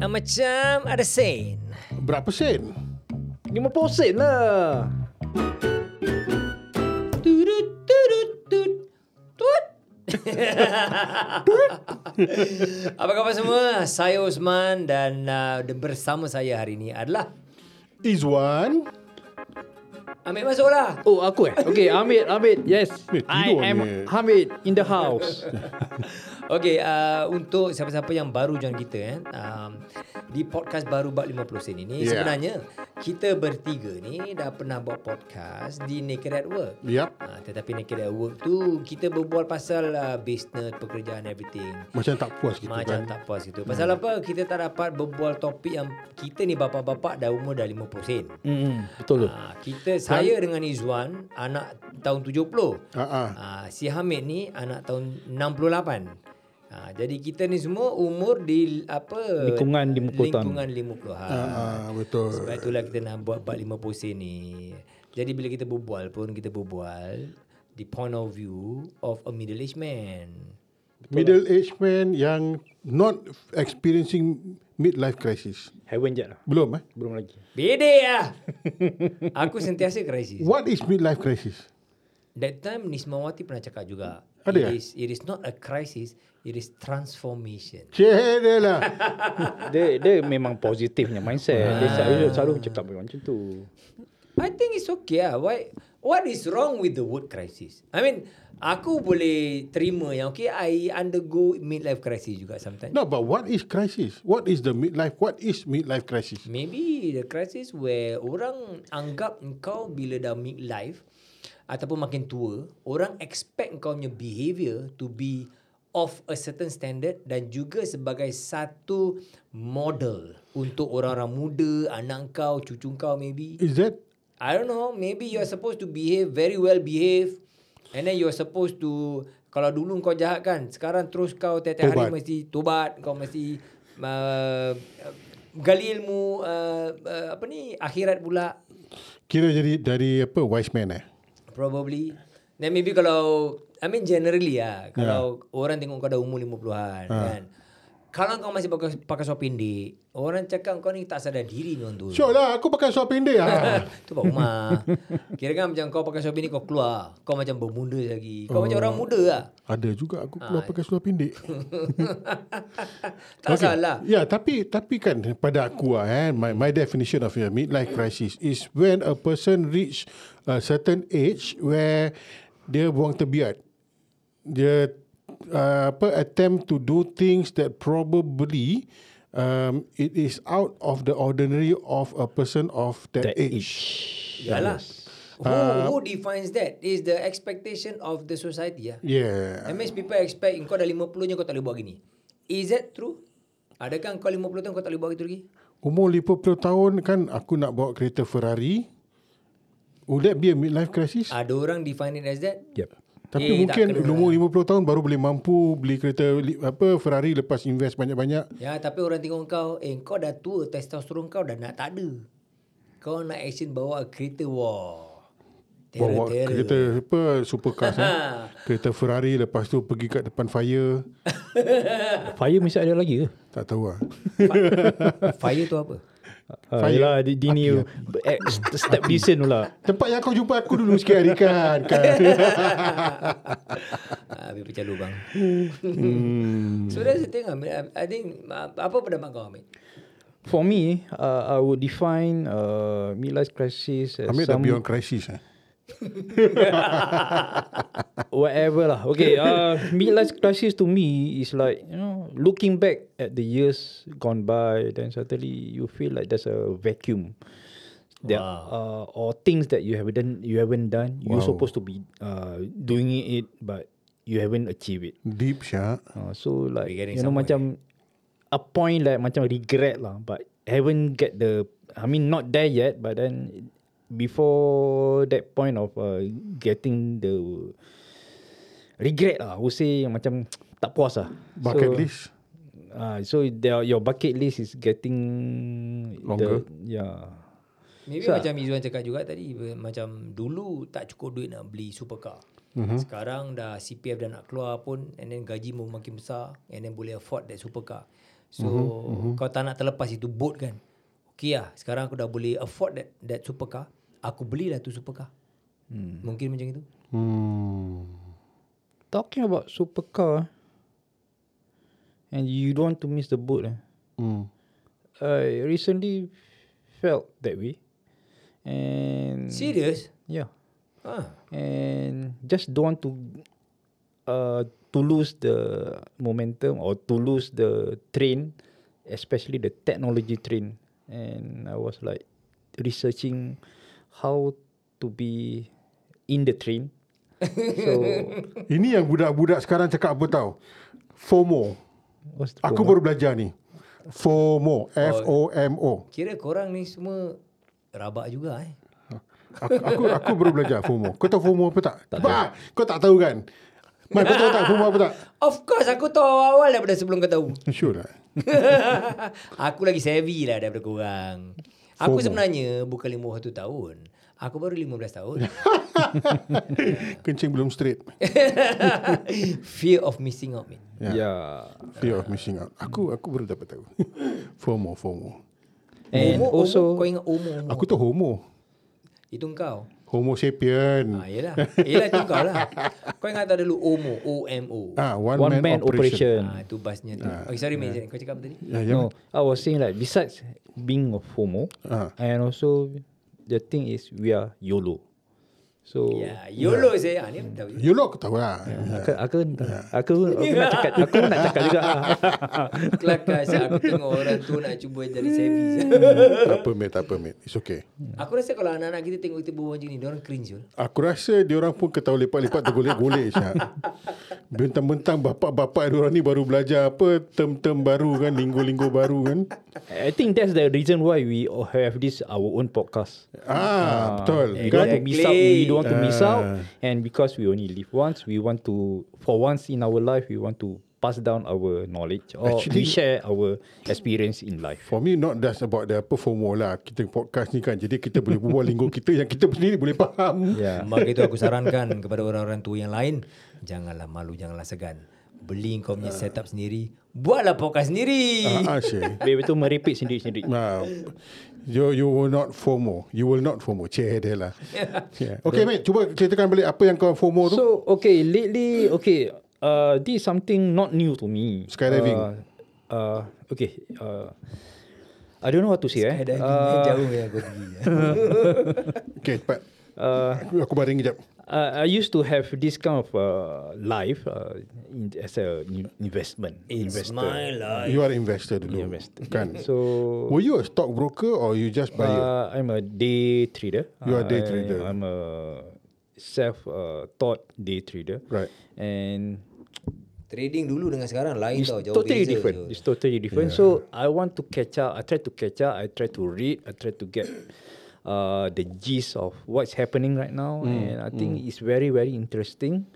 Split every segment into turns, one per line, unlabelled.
Ah, Macam ada sen.
Berapa sen?
50 sen lah.
Tudut, tudut, tut, tut. Apa khabar semua? Saya Osman dan uh, bersama saya hari ini adalah
Izwan.
Ambil masuklah.
Oh, aku eh? Okay, Hamid, Hamid. Yes.
Eh,
I
tidur
am
ni.
Hamid in the house.
Okey, uh, untuk siapa-siapa yang baru join kita eh, um, di podcast baru Bab 50 Sen ini
Yeah.
yeah. sebenarnya kita bertiga ni dah pernah buat podcast di Naked at Work.
Yap.
Ha, tetapi Naked at Work tu kita berbual pasal uh, business, pekerjaan, everything.
Macam tak puas gitu
Macam
kan.
tak puas gitu. Pasal apa kita tak dapat berbual topik yang kita ni bapa-bapa dah umur dah 50 sen.
Hmm, betul tu.
Ha, kita saya dengan Izwan anak tahun 70.
Ha ah.
Ha, si Hamid ni anak tahun 68. Ha, jadi kita ni semua umur di apa
Lingkungan 50 tahun.
lingkungan 50-an.
Ah, ah, betul.
Sebab itulah kita nak buat bab 50 sen ni. Jadi bila kita berbual pun kita berbual the point of view of a middle aged man.
Middle aged man yang not experiencing midlife crisis.
Heaven je lah.
Belum eh?
Belum lagi.
Bedek lah. Aku sentiasa crisis.
What is midlife crisis?
That time Nismawati pernah cakap juga. it
Ada eh?
is, it is not a crisis, it is transformation.
Cedelah.
Dia dia memang positifnya mindset. Dia selalu, selalu cakap macam tu.
I think it's okay lah. Why, what is wrong with the word crisis? I mean, aku boleh terima yang okay, I undergo midlife crisis juga sometimes.
no, but what is crisis? What is the midlife? What is midlife crisis?
Maybe the crisis where orang anggap engkau bila dah midlife ataupun makin tua, orang expect engkau punya behaviour to be of a certain standard dan juga sebagai satu model untuk orang-orang muda, anak kau, cucu kau maybe.
Is that
I don't know, maybe you are supposed to behave very well behave and then you are supposed to kalau dulu kau jahat kan, sekarang terus kau tiap-tiap hari
Tobat.
mesti tobat, kau mesti uh, gali ilmu uh, uh, apa ni akhirat pula
kira jadi dari apa wise man eh?
probably. Then maybe kalau I mean generally lah, kalau orang tengok kau dah umur 50-an
Ah.
kan. Kalau kau masih pakai, pakai seluar pendek, orang cakap kau ni tak sadar diri ni orang tu.
Sure lah, aku pakai seluar pendek lah.
tu pak rumah. Kira kan macam kau pakai shopping ni kau keluar. Kau macam bermuda lagi. Kau macam
Oh.
orang muda lah.
Ada juga aku keluar pakai seluar pendek.
tak okay. salah.
Ya, tapi tapi kan pada aku ah, eh, my my definition of a midlife crisis is when a person reach a certain age where dia buang tebiat. Dia uh, apa attempt to do things that probably um, it is out of the ordinary of a person of that,
That
age.
Yalah. Who,
Uh,
who defines that is the expectation of the society lah.
Yeah.
That means people expect kau dah 50 je kau tak boleh buat gini. Is that true? Adakah kau 50 tahun kau tak boleh buat gitu lagi?
Umur 50 tahun kan aku nak bawa kereta Ferrari. Would that be a midlife crisis?
Ada orang define it as that?
Yep.
Tapi
Eh,
eh,
tak
mungkin
kena.
umur 50 tahun baru boleh mampu beli kereta li- apa Ferrari lepas invest banyak-banyak.
Ya, tapi orang tengok kau, eh kau dah tua, testosteron kau dah nak tak ada. Kau nak action bawa kereta, wah.
Bawa
Terror-terror.
kereta apa supercar eh? Kereta Ferrari lepas tu pergi kat depan fire.
Fire mesti ada lagi ke?
Tak tahu lah.
Fire tu apa?
Uh,
Fire.
yelah, dia, dia ni eh, step decent pula.
Tempat yang kau jumpa aku dulu sikit hari kan. kan?
Ah, Habis pecah lubang. so that's the thing. I, mean, I, I think, uh, apa pendapat kau, Amir?
For me, uh, I would define uh, midlife crisis as
Ambil dah
some
beyond crisis. Eh?
whatever lah. Okay, uh, midlife crisis to me is like you know looking back at the years gone by, then suddenly you feel like there's a vacuum. There uh, or things that you haven't done, you haven't done. You're supposed to be uh, doing it, but you haven't achieved it.
Deep syak.
Uh, so like
We're getting
you know
somewhere.
macam a point like macam regret lah but haven't get the I mean not there yet but then before that point of uh, getting the regret lah I would say macam tak puas lah
Bucket
so,
list.
uh, so there, your bucket list is getting
Longer.
the, yeah
Maybe so, macam Izzuan cakap juga tadi be- Macam dulu tak cukup duit nak beli supercar mm-hmm. Sekarang dah CPF dah nak keluar pun And then gaji pun makin besar And then boleh afford that supercar So mm-hmm. kau tak nak terlepas itu boat kan. Okay lah sekarang aku dah boleh afford that that supercar. Aku belilah tu supercar. Hmm. Mungkin macam itu.
Hmm.
Talking about supercar, and you don't want to miss the boat. Eh.
Hmm.
I recently felt that way, and
Serious?
yeah,
Ah.
and just don't want to uh to lose the momentum or to lose the train, especially the technology train. And I was like researching how to be in the train. so
Ini yang budak-budak sekarang cakap apa tau? FOMO.
what's the
Aku baru
promo?
belajar
Oh.
ni. FOMO. F-O-M-O.
Kira korang ni semua rabak juga eh.
Aku, aku, aku baru belajar FOMO. Kau tahu FOMO apa tak? tak kau tak tahu kan? Mai, kau tahu tak FOMO apa tak?
Of course aku tahu awal-awal daripada sebelum kau tahu.
Sure lah.
aku lagi savvy lah daripada korang. Aku
FOMO.
sebenarnya bukan 51 tahun. Aku baru 15 tahun.
Kencing belum straight.
Fear of missing out, mate.
Yeah.
yeah.
Fear of missing out. Aku aku baru dapat tahu. FOMO, FOMO.
And
Omo,
also
Omo. Kau ingat Omo, Omo.
Aku tu homo.
Itu kau.
Homo sapien.
Ha, yelah. Yelah itu kau lah. Kau ingat tak dulu Omo. O-M-O.
Ah, one,
one
man, operation.
Ha, itu busnya tu. Okay, sorry, mate. Kau cakap apa tadi?
Ya, ya.
no, I was saying like besides being a FOMO,
Ah.
and also the thing is we are YOLO. So
Ya, YOLO saya. Ha, ni aku tahu.
You lot aku tahu lah. Yeah.
aku aku, aku, aku nak cakap aku nak cakap juga.
Kelakar saya. Aku tengok orang tu nak cuba jadi savvy.
tak apa, mate. Tak apa, mate. It's okay.
aku rasa kalau anak-anak kita tengok kita berbual macam ni, diorang cringe. Jul.
Aku rasa diorang pun ketawa lepak-lepak tergolek-golek Syak. Bentang-bentang bapak-bapak diorang ni baru belajar apa term-term baru kan, linggo-linggo baru kan.
I think that's the reason why we all have this our own podcast.
Ah, betul.
We
Kan?
don't want to miss out. We don't want to miss out,
Ah.
and because we only live once, we want to for once in our life we want to pass down our knowledge or we
Actually-
share our experience in life.
For me not just about the apa FOMO lah. Kita podcast ni kan jadi kita boleh berbual linggo kita yang kita sendiri boleh faham.
Yeah.
Maka itu aku sarankan kepada orang-orang tua yang lain, janganlah malu, janganlah segan. Beli kau punya setup sendiri, buatlah podcast sendiri.
Ah, ah, Syah.
Baby tu meripik sendiri-sendiri.
Ah, you you will not FOMO. You will not FOMO. Cih dia lah. Yeah. Okay, mate. Cuba ceritakan balik apa yang kau FOMO tu.
So okay, lately okay, uh, this is something not new to me.
Skydiving.
Uh, uh, okay, uh, I don't know what to say.
Ada
Eh.
uh,
Uh,
jauh yang aku pergi.
okay, cepat.
uh,
Aku, aku baring kejap.
I I used to have this kind of uh, life uh, in, as a in- investment.
It's my life.
You are investor dulu.
Ah, Investor.
Kan?
So
Were you a stockbroker or you just buyer?
uh, I'm a day trader.
You are a day
I-
trader.
I'm a self-taught day trader.
Right.
And
Trading dulu dengan sekarang lain
It's
tau, jauh
totally
beza.
different.
Jul.
It's totally different. So I want to catch up. I try to catch up. I try to read. I try to get uh, the gist of what's happening right now. And I think it's very very interesting.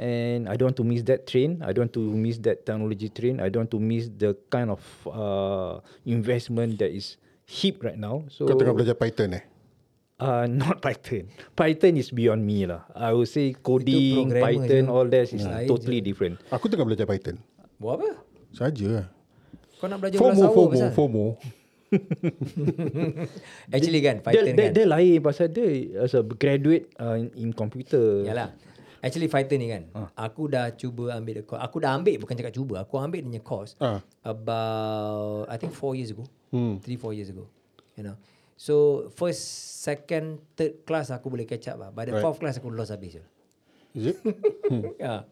And I don't want to miss that train. I don't want to miss that technology train. I don't want to miss the kind of uh, investment that is hip right now. So
Kau tengah belajar Python eh?
uh, not Python. Python is beyond me lah. I would say coding,
programmer
Python,
je.
all that is
Lain
totally different.
Aku tengah belajar Python.
Buat apa?
Saja lah.
Kau nak belajar bola
FOMO,
sawah
FOMO,
pasal?
FOMO.
Actually kan,
dia,
Python
dia,
kan.
dia lain pasal dia as a graduate uh, in, in computer.
Yalah. Actually Python ni kan.
Ah.
Aku dah cuba ambil the course. Aku dah ambil bukan cakap cuba. Aku ambil dia punya course
Ah.
about I think 4 years ago.
Hmm.
3 4 years ago. You know. So first, second, third class aku boleh catch up lah. By the
Right.
fourth class aku lost habis.
Is it?
Ya.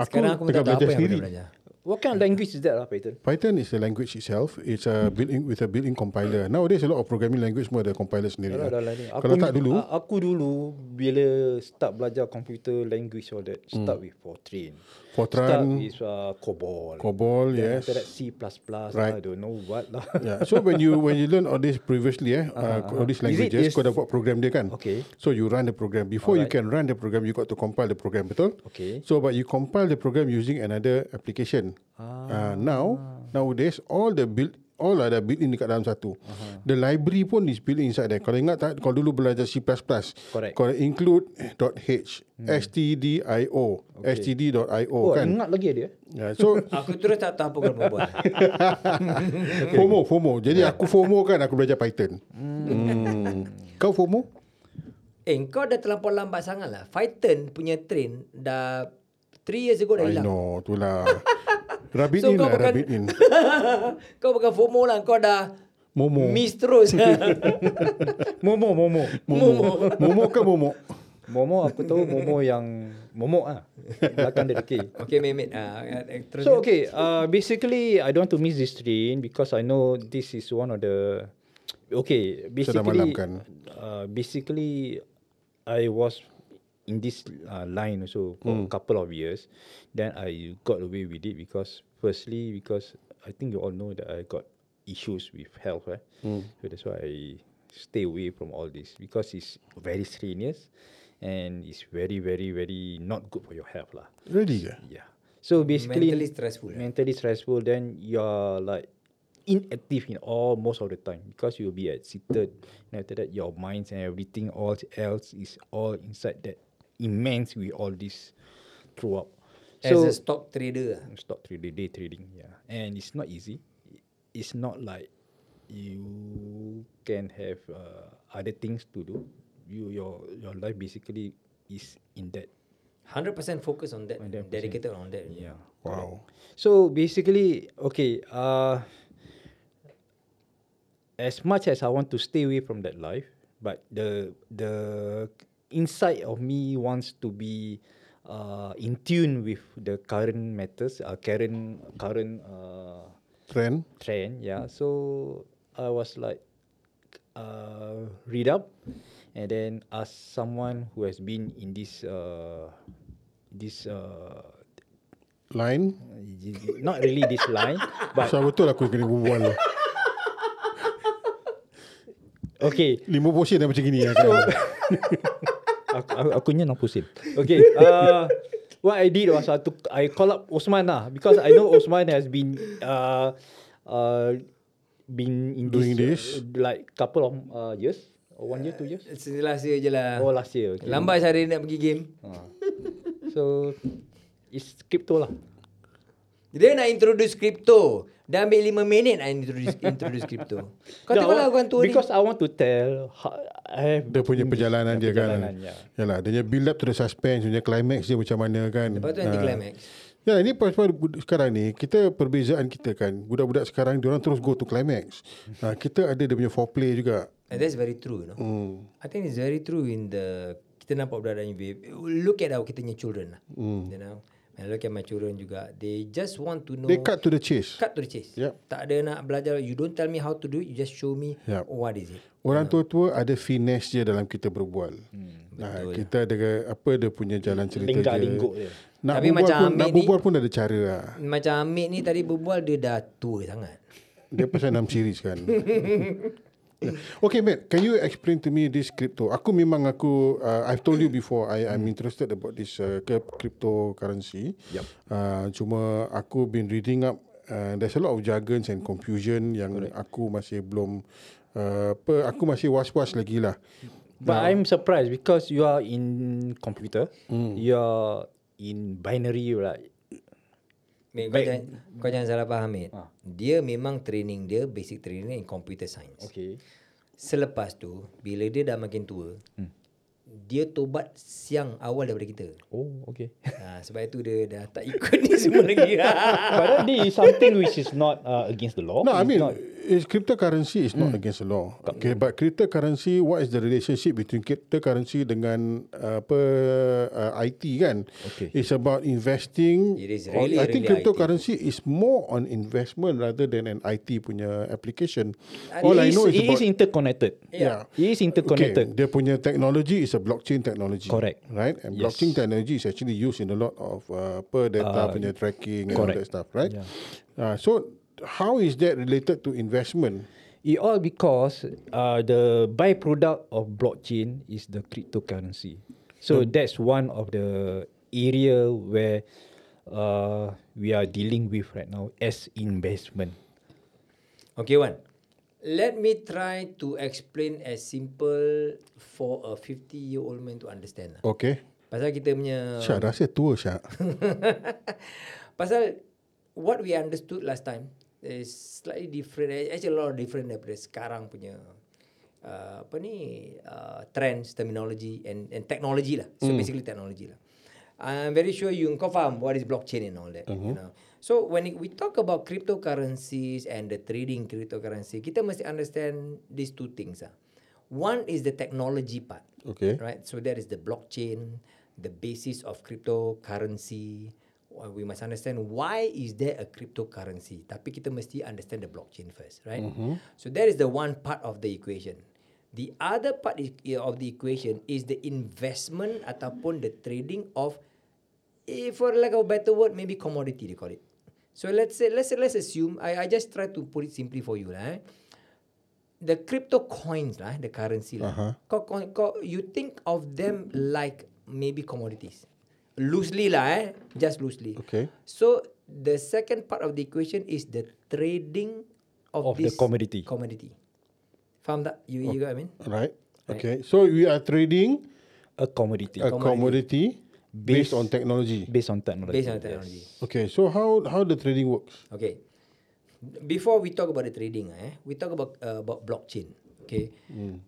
Aku
Sekarang aku minta
tengah
tahu apa
belajar
yang aku
sendiri.
nak belajar.
What kind of language is that lah Python?
Python is a language itself. It's a built-in with a built-in compiler. Nowadays a lot of programming language semua ada compiler sendiri.
Dah lah, dah lah ni.
Kalau tak dulu,
a- Aku dulu Bila start belajar Computer language all that Start with Fortran Start
Hmm. Fortran,
with uh, COBOL
COBOL,
Then
yes.
after that C++
Right. Ya,
right. I don't know what lah
Yeah. So when you when you learn all this previously eh, uh, all these
Uh-huh. Is it
languages,
is-
kau dah buat program dia kan?
Okay.
So you run the program. Before you can run the program, you got to compile the program, betul?
Okay.
So but you compile the program using another application. Ah. Uh, now nowadays all the built all are dah built in dekat dalam satu. Uh-huh. The library pun is built inside there. Kalau ingat tak, kalau dulu belajar C++,
Correct.
kalau include .h, stdio, std.io
Oh,
kan.
kan? ingat lagi dia.
Yeah, so
Aku terus tak tahu apa kena buat.
FOMO, FOMO. Jadi
Ya.
aku FOMO kan aku belajar Python.
Hmm.
Kau FOMO?
Eh, kau dah terlampau lambat sangat lah. Python punya train dah 3 years ago dah
I
hilang.
know, itulah. Rabbit
lah. So,
in
kau
lah,
bukan-
rabbit in.
kau bukan FOMO lah. Kau dah
Momo.
miss terus.
Momo, Momo.
Momo. Momo ke Momo?
Momo aku tahu Momo yang Momo ah. Belakang dia okay.
okay, mate, mate. Ah, eh, terus.
So okay, uh, basically I don't want to miss this train because I know this is one of the okay. Basically,
malam kan?
Uh, basically, I was in this uh, line also for
Hmm.
a couple of years. Then I got away with it because firstly because I think you all know that I got issues with health, right?
Hmm.
So that's why I stay away from all this because it's very strenuous and it's very very very not good for your health lah.
Ready ke?
Yeah. So basically
Mentally stressful, eh?
Mentally stressful then you're like inactive in all most of the time because you'll be at seated and after that your minds and everything all else is all inside that immense with all this throughout.
As a stock trader lah.
stock trading, day trading. Yeah, and it's not easy. It's not like you can have uh, other things to do. You your your life basically is in that.
100% focus on that.
100%.
Dedicated on that.
Yeah.
Wow.
So basically, okay. Uh, as much as I want to stay away from that life, but the the inside of me wants to be uh, in tune with the current matters, uh, current current uh,
Trend.
trend. Yeah. So I was like, uh, read up, and then ask someone who has been in this uh, this uh,
Line.
not really this line, but
Pasal betul aku kena berbual.
okay.
Lima posen dah macam gini. lah kan.
Aku, aku, aku nya nak pusing. Okay. Uh, what I did was I, took, I call up Osman lah because I know Osman has been uh, uh, been in
Doing
this, Uh, like couple of uh, years or one year, two years.
Setelah saya je lah.
Oh last year. Okay.
Lambat sehari nak pergi game.
So it's crypto lah.
Dia nak introduce crypto. Dah ambil 5 minit nak introduce, introduce crypto. Kau
Yeah,
tengok
I
lah
want-
orang tua ni.
Because I want to tell how- I have
Dia punya perjalanan dia
perjalanan,
kan.
yeah.
Yalah, dia punya build up to the suspense, dia punya climax dia macam mana kan.
Lepas tu
Ah.
anti-climax.
Ya, ini pasal sekarang ni, kita perbezaan kita kan. Budak-budak sekarang diorang terus go to climax. Ha, kita ada dia punya foreplay juga.
And that's very true, you know. Mm. I think it's very true in the kita nampak budak dan look at our kita punya children lah. Mm. You know. And look at my children juga. They just want to know
They cut to the chase.
cut to the chase.
Yep.
Tak ada nak belajar. You don't tell me how to do it. You just show me
Yep.
what is it.
Ya.
Orang tua-tua ada finesse dia dalam kita berbual. Hmm, ha, kita ada ke- apa dia punya jalan cerita
ya. Lingga
dia.
lingguk dia.
Nak
Tapi
Tapi berbual
macam
pun,
Amir
nak
ni-
berbual pun ada cara lah.
Macam Amit ni tadi berbual dia dah tua sangat.
Dia pasal 6 series kan. okay, Matt, can you explain to me this crypto? Aku memang aku, uh, I've told you before, I I'm interested about this uh, ke- cryptocurrency. Yep. Uh, cuma aku been reading up, uh, there's a lot of jargons and confusion yang Correct. aku masih belum, uh, apa, aku masih was-was lagi lah.
But I'm surprised because you are in computer, you are in binary, right?
Mate, kau, jangan, kau jangan salah faham, Mate. Dia memang training dia, basic training in computer science.
Okay.
Selepas tu, bila dia dah makin tua, hmm. dia tobat siang awal daripada kita.
Oh, okay.
ha, sebab itu dia dah tak ikut ni semua lagi.
But that is something which is not uh, against the law.
No, I
It's
mean,
not- Hmm.
it's cryptocurrency is not against the law. Okay, but cryptocurrency, what is the relationship between cryptocurrency dengan uh, apa uh, IT kan?
Okay.
It's about investing.
It is
on-
really,
I think
really
cryptocurrency is more on investment rather than an IT punya application.
it
All I
is-
know is
it is
about
interconnected.
Yeah.
It is
Okay,
interconnected.
dia punya technology is a blockchain technology.
Correct.
Right? And
Yes.
blockchain technology is actually used in a lot of uh, per data uh, punya tracking and all
correct.
that stuff, right?
Yeah.
Uh, so how is that related to investment?
It all because uh, the byproduct of blockchain is the cryptocurrency. So that's one of the area where uh, we are dealing with right now as investment.
Okay, Wan.
Let me try to explain as simple for a 50 year old man to understand. lah.
Okay.
Pasal kita punya
Syak rasa tua Syak.
Pasal what we understood last time is slightly different. eh, Actually a lot different daripada sekarang punya uh, apa ni uh, trends, terminology and and technology lah. So mm. basically technology lah. I'm very sure you kau faham what is blockchain and all that. Mm-hmm. You know. So when it, we talk about cryptocurrencies and the trading cryptocurrency, kita mesti understand these two things ah. One is the technology part.
Okay.
Right. So that is the blockchain, the basis of cryptocurrency. Why- We must understand why is there a cryptocurrency. Tapi kita mesti understand the blockchain first, right? So that is the one part of the equation. The other part is, eh, of the equation is the investment ataupun the trading of, eh, for lack of a better word, maybe commodity they call it. So let's say let's let's assume I I just try to put it simply for you lah. Eh? the crypto coins lah, the currency lah. Uh-huh. Kau, kau, kau, you think of them like maybe commodities. Loosely lah eh, just loosely.
Okay.
So the second part of the equation is the trading of,
Of the
this
commodity.
Commodity. Faham tak? You, you got what I mean?
Right. Okay. So we are trading
A commodity
a commodity based
Based-
on technology.
based on technology.
Based on the technology.
Okay. So how how the trading works?
Okay. Before we talk about the trading, eh, we talk about uh, about blockchain. Okay. Mm.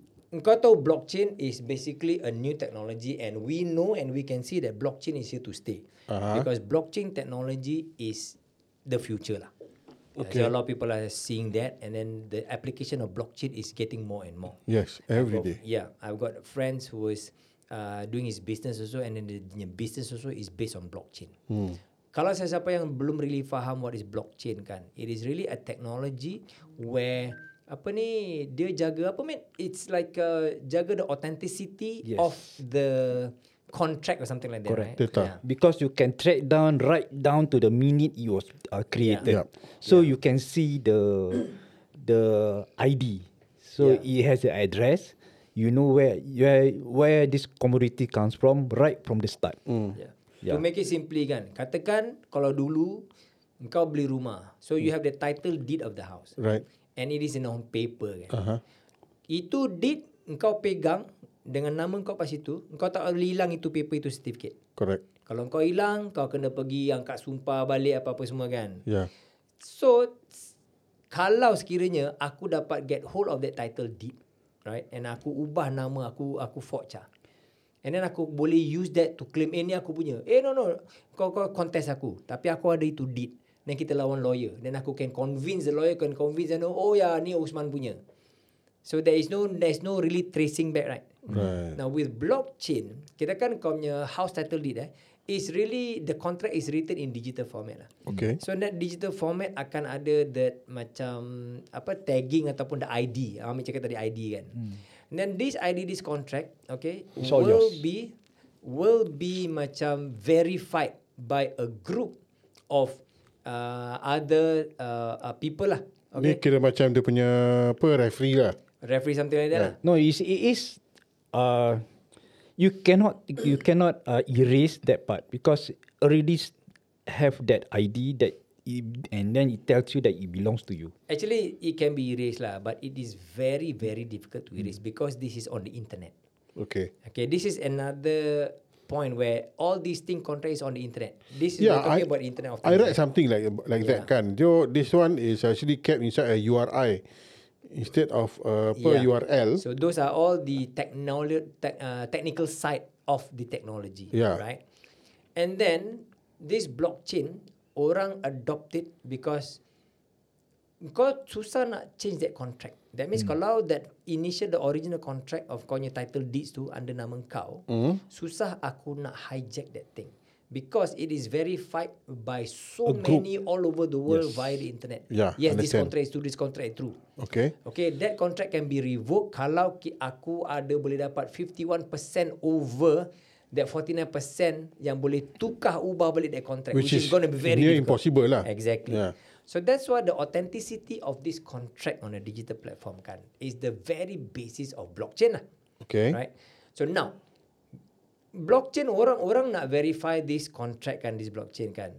Kau tahu blockchain is basically a new technology and we know and we can see that blockchain is here to stay.
Aha.
Because blockchain technology is the future lah. Okay.
Okay.
So a lot of people are seeing that and then the application of blockchain is getting more and more.
Yes, every
Well,
day.
Yeah, I've got friends who is uh, doing his business also and then the, the business also is based on blockchain. Hmm. Kalau sesiapa yang belum really faham what is blockchain kan, it is really a technology where apa ni dia jaga apa mate? It's like uh, jaga the authenticity
Yes.
of the contract or something like that.
Correct.
Right?
Data.
Because you can track down right down to the minute it was uh, created.
Yeah.
So you can see the the ID. So
Yeah.
it has the address. You know where where where this commodity comes from right from the start.
Yeah. To
Yeah.
make it simply kan, katakan kalau dulu engkau beli rumah, so you have the title deed of the house.
Right.
And it is in on paper kan.
Uh-huh.
Itu deed engkau pegang dengan nama kau kat situ, engkau tak boleh hilang itu paper itu certificate.
Correct.
Kalau kau hilang, kau kena pergi angkat sumpah balik apa-apa semua kan.
Yeah.
So s- kalau sekiranya aku dapat get hold of that title deed, right? And aku ubah nama aku aku forge lah. And then aku boleh use that to claim eh ni aku punya. Eh no no, kau kau contest aku. Tapi aku ada itu deed. Then kita lawan lawyer. Then aku can convince the lawyer can convince and oh ya ni Usman punya. So there is no there is no really tracing back right.
Right.
Now with blockchain, kita kan kau punya house title deed eh is really the contract is written in digital format lah.
Okay.
So that digital format akan ada that macam apa tagging ataupun the ID. Amir cakap tadi ID kan. Hmm. And then this ID this contract, okay,
It's all
will
yours.
be will be macam verified by a group of uh, other uh, uh, people lah.
Ni
Okay.
kira macam dia punya apa referee lah.
Referee something like that lah.
No, it is, it is uh, you cannot you cannot uh, erase that part because already s- have that ID that it, and then it tells you that it belongs to you.
Actually, it can be erased lah, but it is very, very difficult to erase because this is on the internet.
Okay.
Okay, this is another point where all these thing contract is on the internet. This is we're
Yeah,
talking
I,
about internet of
I
things. eh?
read something like like
Yeah.
that kan. So this one is actually kept inside a URI instead of uh, apa
Yeah.
URL.
So those are all the technolo- tech, uh, technical side of the technology,
Yeah.
right? And then this blockchain orang adopt it because kau susah nak change that contract. That means hmm. kalau that initial the original contract of kau punya title deeds tu under nama kau, hmm. susah aku nak hijack that thing because it is verified by so
A group.
many all over the world yes. via the internet.
Yeah,
yes, this
understand.
contract is true, this contract is true.
okay.
Okay, that contract can be revoked kalau ki- aku ada boleh dapat 51% over that 49% yang boleh tukar ubah balik that contract
Which
which,
is
is going to be very
near
difficult.
impossible lah.
Exactly.
Yeah.
Yeah. So that's why the authenticity of this contract on a digital platform kan is the very basis of blockchain lah.
Okay.
Right? So now blockchain orang-orang nak verify this contract kan this blockchain kan.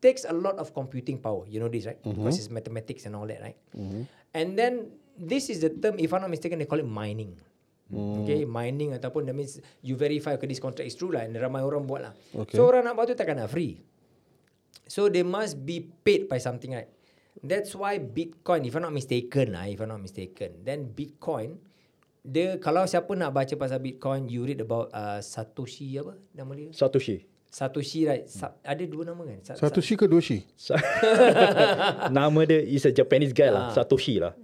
takes a lot of computing power. You know this, right?
Mm-hmm.
Because it's mathematics and all that, right? And then this is the term, if I'm not mistaken, they call it mining.
Mm.
Okay, mining ataupun that means you verify okay, this contract is true lah and ramai orang buat lah.
Okay.
So orang nak buat tu takkan nak free. So they must be paid by something, right? That's why Bitcoin, if I'm not mistaken lah, if I'm not mistaken, then Bitcoin, dia kalau siapa nak baca pasal Bitcoin, you read about uh, Satoshi apa nama dia?
Satoshi.
Satoshi right? Sa- ada dua nama kan? Sa-
Satu si ke dua si?
Sa- Nama dia is a Japanese guy lah. Satoshi lah.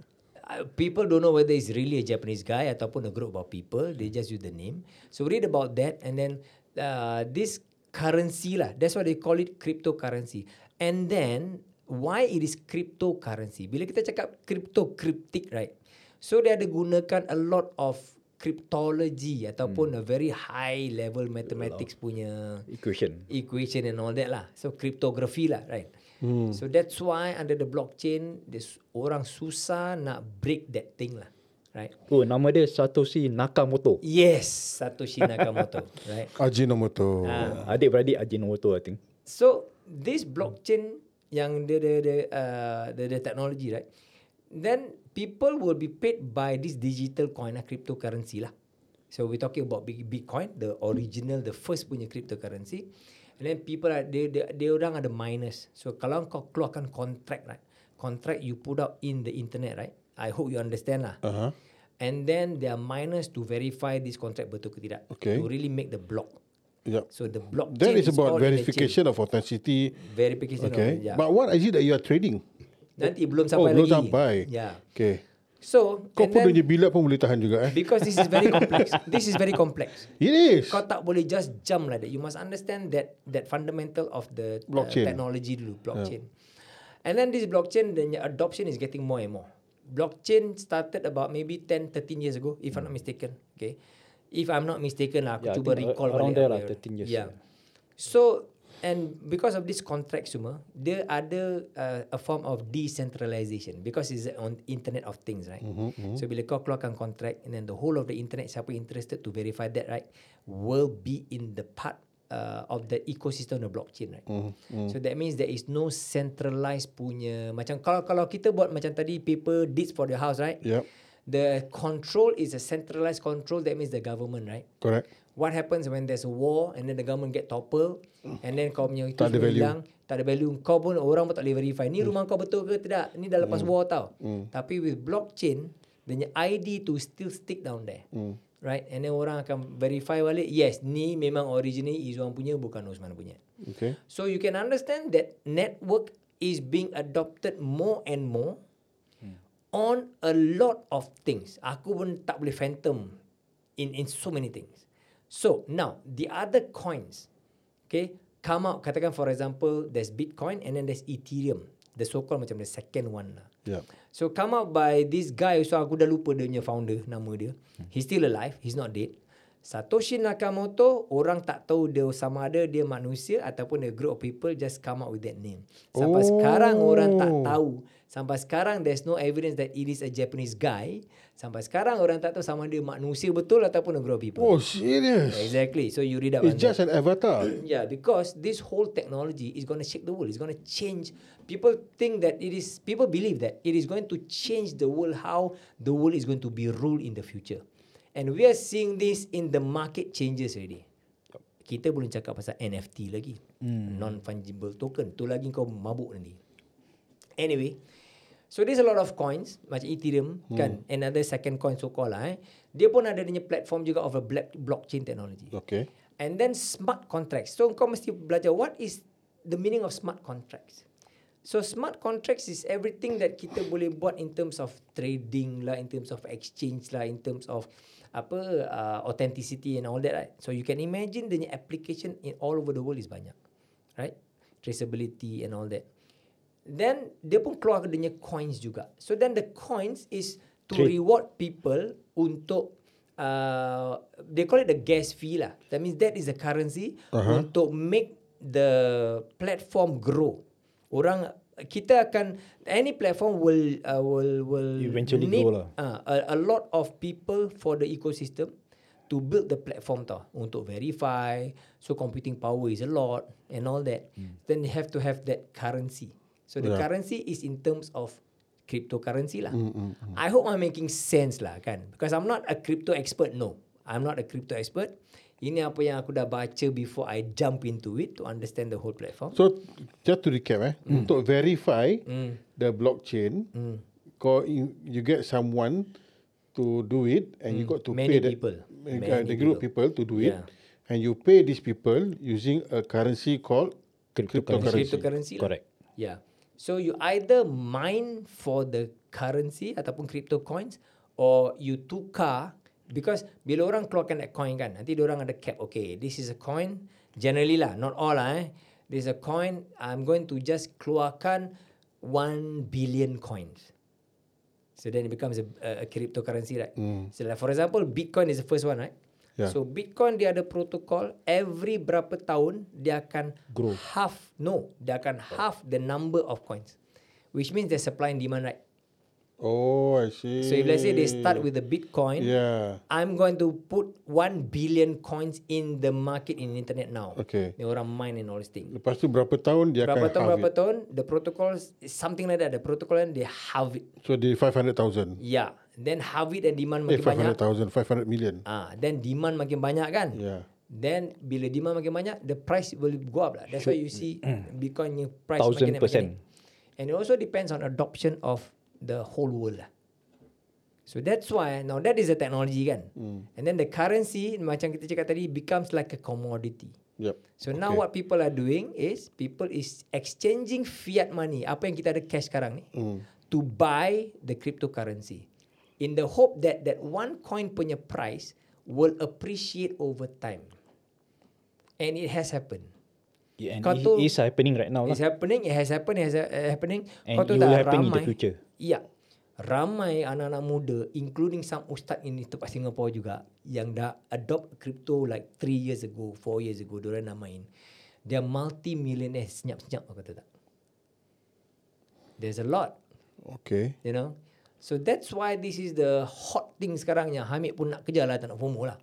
Uh, people don't know whether it's really a Japanese guy ataupun a group of people. They just use the name. So read about that and then uh, this currency lah. That's why they call it cryptocurrency. And then why it is cryptocurrency? Bila kita cakap crypto cryptic right? So dia ada gunakan a lot of cryptology ataupun a very high level mathematics punya
Equation.
equation and all that lah. So cryptography lah, right? Hmm. So that's why under the blockchain, this orang susah nak break that thing lah, right?
Oh, nama dia Satoshi Nakamoto.
Yes, Satoshi Nakamoto, right?
Ah, Ajinomoto.
Ah.
Ah, Adik-beradik Ajinomoto, I think.
So this blockchain yang the the the uh, the, the technology, right? Then people will be paid by this digital coin, lah, cryptocurrency lah. So we're talking about Bit- Bitcoin, the original, the first punya cryptocurrency. And then people are they they, they orang ada miners. So kalau kau keluarkan contract, right? Contract you put out in the internet, right? I hope you understand lah.
Uh-huh.
And then there are miners to verify this contract betul ke tidak.
Okay.
To really make the block.
Yep.
So the blockchain
That is
all in
about
a chain.
verification of authenticity.
Verification
Okay.
of, yeah.
But what is it that you are trading?
Nanti belum
oh,
sampai
belum
lagi.
sampai.
Yeah.
Okay.
So,
Kau
and
pun
then,
punya bilat pun boleh tahan juga eh.
because this is very complex. this is very complex.
It is.
Kau tak boleh just jump like that. You must understand that that fundamental of the uh,
Blockchain.
technology dulu, blockchain. And then this blockchain, the adoption is getting more and more. Blockchain started about maybe 10, 13 years ago, if I'm
Hmm.
not mistaken. Okay. If I'm not mistaken lah, aku
Yeah, I
cuba
think
recall
ar- around
balik
there lah,
apa dia.
13 years,
Yeah.
yeah.
So, and because of this contract semua, dia ada uh, a form of decentralization because it's on internet of things, right? Mm-hmm, So, bila kau keluarkan contract and then the whole of the internet, siapa interested to verify that, right, will be in the part uh, of the ecosystem of blockchain, right? Mm-hmm. So, that means there is no centralized punya, macam kalau kalau kita buat macam tadi paper deeds for the house, right?
Yep.
The control is a centralized control, that means the government, right?
Correct.
What happens when there's a war and then the government get toppled and then kau punya itu
Tak ada
semua
value.
hilang, tak ada value. Kau pun orang pun tak boleh verify. Ni rumah kau betul ke tidak? Ni
Hmm.
dah lepas war tau. Tapi with blockchain, the ID to still stick down there.
Hmm.
Right? And then orang akan verify balik, yes, ni memang originally Izzuan punya bukan Osman punya.
Okay.
So you can understand that network is being adopted more and more on a lot of things. Aku pun tak boleh phantom in in so many things. So now the other coins, okay, come out. Katakan for example, there's Bitcoin and then there's Ethereum. The so-called macam the second one lah.
Yep.
So come out by this guy So aku dah lupa dia punya founder Nama dia He's still alive He's not dead Satoshi Nakamoto Orang tak tahu dia sama ada Dia manusia Ataupun a group of people Just come out with that name Sampai
Oh.
oh. sekarang orang tak tahu Sampai sekarang There's no evidence that It is a Japanese guy Sampai sekarang orang tak tahu Sama ada manusia betul Ataupun a group of people
Oh, serious.
Exactly So you read up on
It's
that.
just an avatar.
Yeah, because this whole technology is going to shake the world. It's going to change. People think that it is. People believe that it is going to change the world. How the world is going to be ruled in the future, and we are seeing this in the market changes already. Kita belum cakap pasal NFT lagi, non fungible token. Tu lagi kau mabuk nanti. Anyway, so there's a lot of coins macam Ethereum hmm. kan, another second coin so called lah. Eh. Dia pun ada dia punya platform juga of a black blockchain technology.
Okay.
And then smart contracts. So kau mesti belajar what is the meaning of smart contracts. So smart contracts is everything that kita boleh buat in terms of trading lah, in terms of exchange lah, in terms of apa uh, authenticity and all that right. So you can imagine the application in all over the world is banyak. Right? Traceability and all that. Then dia pun keluar dia punya coins juga. So then the coins is to
Trade.
reward people untuk uh, they call it the gas fee lah. That means that is a currency uh-huh. untuk make the platform grow. Orang kita akan any platform will uh, will will
Eventually
need
grow lah.
uh, a, a lot of people for the ecosystem to build the platform tau untuk verify so computing power is a lot and all that mm. then you have to have that currency so the yeah. currency is in terms of cryptocurrency lah mm, mm, mm. I hope I'm making sense lah kan because I'm not a crypto expert no I'm not a crypto expert ini apa yang aku dah baca before I jump into it to understand the whole platform
So just to recap eh, mm. untuk verify mm. the blockchain, mm. kau in, you get someone to do it and mm. you got to
Many
pay the,
people.
uh,
Many
the group
people.
people to do it
Yeah.
and you pay these people using a currency called
Cryptocurrency.
cryptocurrency.
cryptocurrency lah.
Correct.
Yeah. So you either mine for the currency ataupun crypto coins or you tukar because bila orang keluarkan that coin kan nanti dia orang ada cap okay this is a coin generally lah not all lah eh this is a coin I'm going to just keluarkan 1 billion coins So then it becomes a, a, a cryptocurrency, right? Mm. So like for example, Bitcoin is the first one, right?
Hmm. Yeah.
So Bitcoin dia ada protokol every berapa tahun dia akan grow half no dia akan half the number of coins, which means there's supply and demand, right?
Oh, I see.
So if let's say they start with the Bitcoin,
Yeah.
I'm going to put 1 billion coins in the market in internet now.
Okay.
Ni orang mine and all this thing.
Lepas tu berapa tahun dia
Berapa
akan
tahun
halve
berapa
it.
tahun the protocols something like that the protocol and they halve it.
So di 500,000.
Yeah. Then halve it and demand Ya,
Eh,
makin banyak.
500,000, 500 million.
Ah, then demand makin banyak kan?
Yeah.
Then bila demand makin banyak, the price will go up lah. That's why you see Bitcoin punya price makin naik, makin naik.
1000%.
And it also depends on adoption of the whole world lah. So that's why now that is the technology kan. Mm. And then the currency macam kita cakap tadi becomes like a commodity.
Yep.
So now what people are doing is people is exchanging fiat money, apa yang kita ada cash sekarang ni, mm. to buy the cryptocurrency in the hope that that one coin punya price will appreciate over time. And it has happened.
Yeah, and
Kau
it
tu-
is happening right now lah.
It's happening, it has happened, it has uh, happening.
And
Kau tahu
it will
tak,
happen in the
ramai-
future.
Ya. Ramai anak-anak muda including some ustaz ini tempat Singapore juga yang dah adopt crypto like 3 years ago, 4 years ago diorang dah main. They are multi-millionaire senyap-senyap aku kata tak. There's a lot,
Okay.
you know. So that's why this is the hot thing sekarang yang Hamid pun nak kejar lah, tak nak FOMO lah.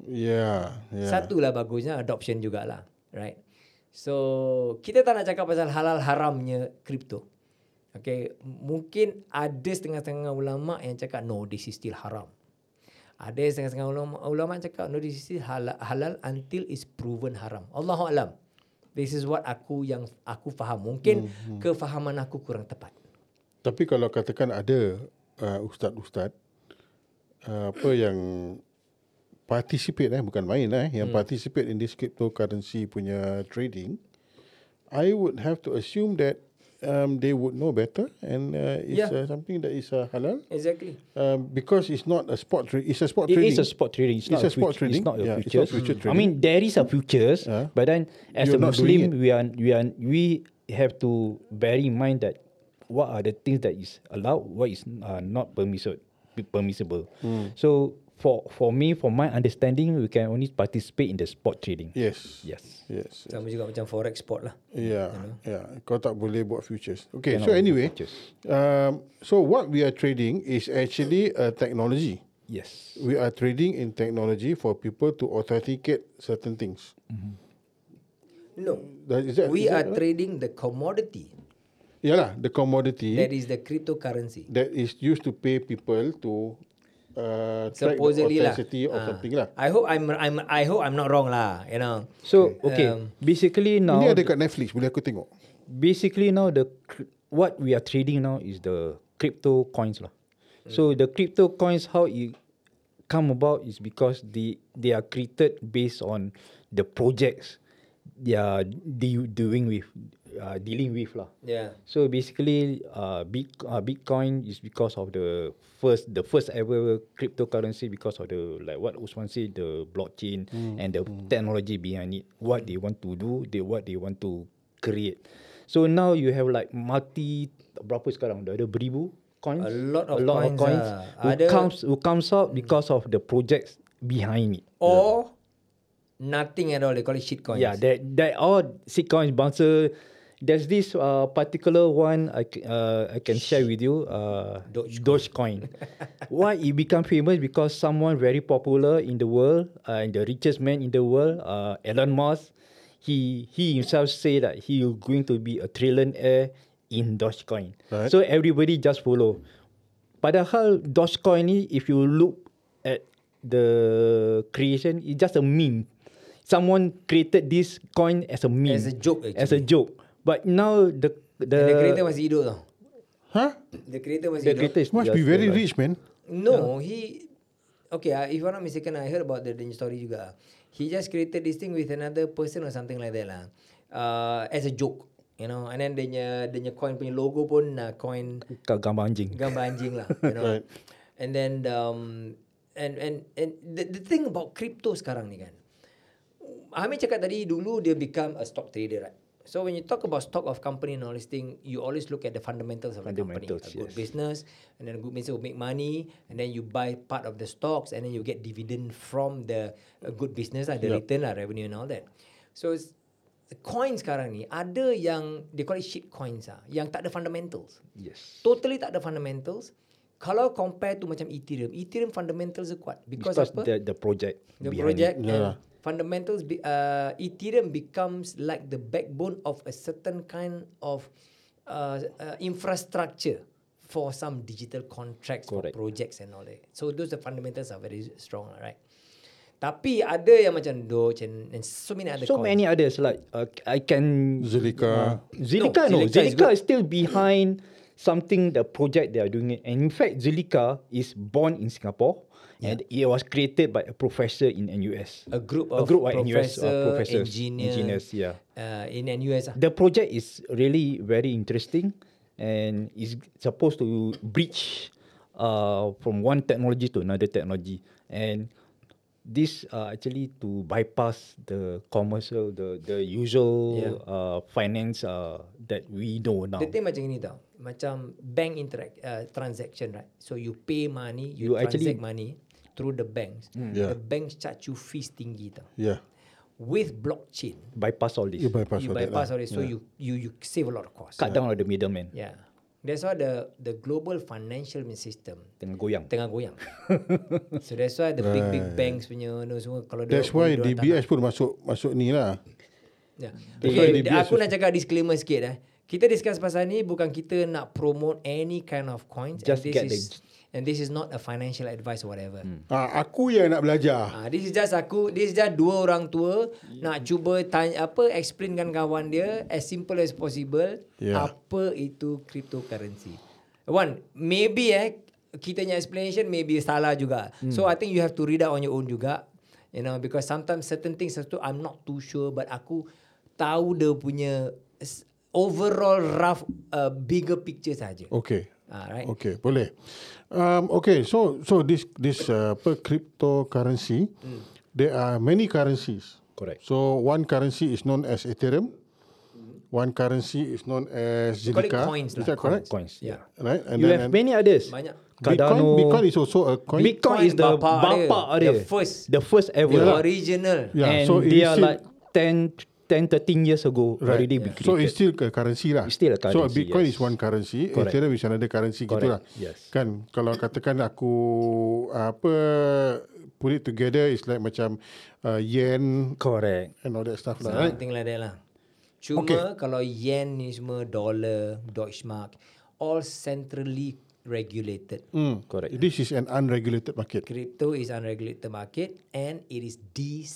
Yeah. yeah.
Yeah. Satulah bagusnya adoption jugalah, right? So, kita tak nak cakap pasal halal haramnya kripto. Okay, m- mungkin ada setengah-setengah ulama yang cakap no this is still haram. Ada setengah-setengah ulama, ulama yang cakap no this is still halal, halal until it's proven haram. Allahu alam. This is what aku yang aku faham. Mungkin hmm, kefahaman aku kurang tepat.
Tapi kalau katakan ada uh, ustaz-ustaz uh, apa yang participate eh bukan main eh yang hmm. participate in this cryptocurrency punya trading I would have to assume that um, they would know better and uh, it's
Yeah.
uh, something that is uh, halal
Exactly.
um, because it's not a spot tra- it's a spot
It
trading
is a spot trading. It's,
It's
not
a spot
fut-
trading.
It's not a
Yeah, it's
futures.
not future
I mean, there is a futures,
Yeah.
but then as
You're
a
not doing
Muslim, we are we are we have to bear in mind that what are the things that is allowed, what is uh, not permissible, permissible.
Hmm.
So for for me, for my understanding, we can only participate in the spot trading.
yes
Yes.
yes
Sama juga macam forex spot lah.
Yeah, yeah. Kau tak boleh buat futures. Okay,
Cannot
so
buat
anyway,
futures.
um, so what we are trading is actually a technology.
Yes.
We are trading in technology for people to authenticate certain things.
No.
That- Is that,
We
is
are
that,
trading the commodity
Yalah, the commodity
that is the cryptocurrency.
that is used to pay people to uh, track the
supposedly lah.
authenticity of
Ah.
something lah.
I hope I'm I'm I hope I'm not wrong lah, you know.
So okay, basically now,
Ini ada kat Netflix, boleh aku tengok.
basically now the cr- what we are trading now is the crypto coins lah. So the crypto coins how it come about is because they they are created based on the projects they are de- doing with uh, dealing with lah.
Yeah.
So basically, uh, Bit, uh, Bitcoin is because of the first, the first ever cryptocurrency because of the like what Usman said, the blockchain
Hmm,
and the technology behind it. What they want to do, they what they want to create. So now you have like multi berapa sekarang dah ada beribu coins,
A lot of coins lah.
who
Ada- Hmm.
comes who comes out because of the projects behind it.
Or nothing at all. They call it shit coins.
Yeah, that that all shitcoins bouncer There's this uh, particular one I, c- uh, I can share with you. Uh, Dogecoin. Why it become famous? Because someone very popular in the world, uh, and the richest man in the world, uh, Elon Musk, he he himself say that he is going to be a trillionaire in Dogecoin.
Right.
So everybody just follow. Padahal Dogecoin ni, if you look at the creation, it's just a meme. Someone created this coin as a meme.
As a joke,
As a joke. But now the the,
And the creator masih hidup tau.
Huh?
The creator masih
the
hidup.
creator is
Must be
just
very
alive.
rich, man.
No, he okay. Uh, if I'm not mistaken, I heard about the Danger story juga. He just created this thing with another person or something like that lah. Uh, as a joke, you know. And then dia punya, dia punya coin punya logo pun uh, coin
Kau gambar anjing.
gambar anjing lah, you know. right. And then um, and and and the, the thing about crypto sekarang ni kan. Hamid cakap tadi dulu dia become a stock trader right. So when you talk about stock of company and all this thing, you always look at the fundamentals of
Fundamentals,
the company. A good business, and then a good business will make money, and then you buy part of the stocks, and then you get dividend from the a good business lah, the return lah, revenue and all that. So it's, the coins sekarang ni ada yang they call it shit coins ah, yang tak ada fundamentals.
Yes.
Totally tak ada fundamentals. Kalau compare to macam Ethereum, Ethereum fundamentals dia kuat because,
Because
apa?
the the project.
the
behind
project
it.
and
Yeah.
fundamentals be, uh, ethereum becomes like the backbone of a certain kind of uh, uh, infrastructure for some digital contracts
Correct.
for projects and all that so those the fundamentals are very strong right tapi ada yang macam Doge and, and so many
it.
other
So
coins.
many others like uh, I can
Zulika.
Zilika
No,
no,
Zilliqa is
Zilika is, still behind something the project they are doing it. And in fact, Zilika is born in Singapore and it was created by a professor in NUS.
a group
a
of
group of NUS
professor,
uh, professors,
engineer,
engineers, yeah.
uh, in NUS ah.
The project is really very interesting and is supposed to bridge uh, from one technology to another technology. And this uh, actually to bypass the commercial, the, the usual
Yeah.
uh, finance uh, that we know now.
The thing macam ini tau. Macam bank interact uh, transaction right. So you pay money, you,
You
transact
actually- Hmm.
money through the banks.
Yeah.
The banks charge you fees tinggi tau.
Yeah.
With blockchain,
bypass all this.
You bypass
you
all that.
bypass
lah.
all this, so you you you save a lot of cost.
Cut down on the middleman.
Yeah. That's why the the global financial system
Tengah goyang.
tengah goyang. so that's why the big big banks punya no semua kalau dia-
That's why
kalau dia tak nak-
DBS pun masuk masuk ni lah.
Yeah.
That's why
Okay,
DBS
Ya. aku nak cakap disclaimer sikit eh. Kita discuss pasal ni bukan kita nak promote any kind of coins.
Just
and this
get
is and this is not a financial advice or whatever. Hmm.
Ah, aku yang nak belajar.
Ah, this is just aku, this is just dua orang tua nak cuba tanya apa explainkan kawan dia as simple as possible
Yeah.
apa itu cryptocurrency. One, maybe eh kita punya explanation maybe salah juga. Hmm. So I think you have to read out on your own juga. You know because sometimes certain things tu I'm not too sure but aku tahu dia punya s- overall rough uh, bigger picture saja. Ah,
Okay.
Alright.
Okay, boleh. Um, okay, so so this this uh, per cryptocurrency, there are many currencies.
Hmm. Correct. Mm-hmm.
So one currency is known as Ethereum. One currency is known as
call it
Zilliqa.
coins
is
lah,
that correct?
Coins.
Yeah.
Yeah.
Right. And
you
then
have
and
many others.
Banyak.
Bitcoin,
Cardano.
Bitcoin is also a coin.
Bitcoin is the
Bapak dia.
bapa
The
dia.
first.
The first ever.
The original.
Yeah,
And
so it
they
is
are
still-
like 10, 10, 13 years ago
Right.
already been
So it's
created.
still a currency lah.
It's still a
so
currency,
Bitcoin
yes.
is one currency,
Correct.
Ethereum is another currency
Correct,
gitulah.
yes.
Kan kalau katakan aku apa put it together is like macam uh, yen
Correct.
and all that stuff lah. Right?
Something like that lah. Cuma okay. kalau yen ni semua dollar, Deutschmark, all centrally regulated.
Hmm.
Correct.
This is an unregulated market.
Crypto is unregulated market and it is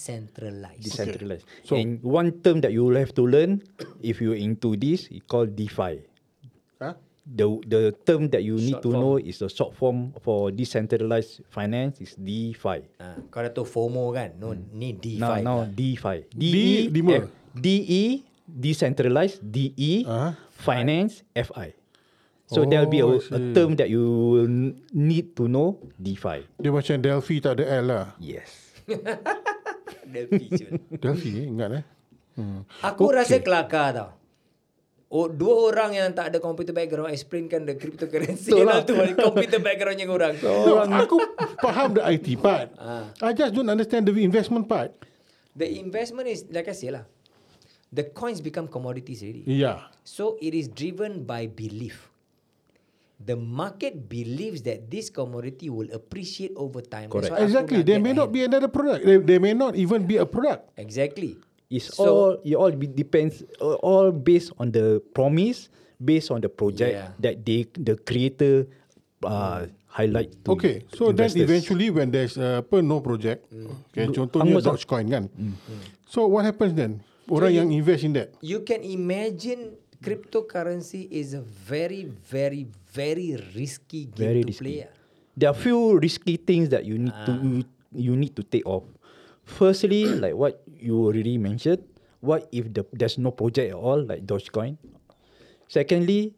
decentralized.
Decentralized.
So-
and one term that you will have to learn if you're into this, it's called DeFi.
Huh?
The the term that you
Short
need to
form.
know is the short form for decentralized finance is DeFi.
Ha, kau dah tahu FOMO kan? No, hmm. ni DeFi.
Now, now DeFi. E
D- lima.
F- DE decentralized DE
Ah.
finance FI. So there'll be a,
Oh, I
a
see.
term that you will n- need to know DeFi.
Dia macam Delphi tak ada L lah.
Yes.
The feature.
Delphi eh, ingat eh. Hmm.
Aku okay. rasa kelakar tau. Oh, dua orang yang tak ada computer background explainkan the cryptocurrency lah tu computer backgroundnya korang.
No, aku faham the IT part. I just don't understand the investment part.
The investment is like I say lah. the coins become commodities already.
Yeah.
So it is driven by belief. The market believes that this commodity will appreciate over time. That's
Correct.
why aku
Exactly.
nak
There
get
may
a
not
hand.
be another product. There, there may not even be a product.
Exactly.
It's
So-
all it all be- depends uh, all based on the promise, based on the project
Yeah.
that they the creator uh, highlight to
Okay, so then
investors.
eventually when there's uh, apa no project, okay, contohnya
Hangus lah.
Dogecoin kan. So what happens then? Orang yang invest in that.
You can imagine cryptocurrency is a very, very, very risky game
Very
to
risky.
play. ah.
there are few risky things that you need to you need to take off. Firstly, like what you already mentioned, what if the, there's no project at all, like Dogecoin? Secondly,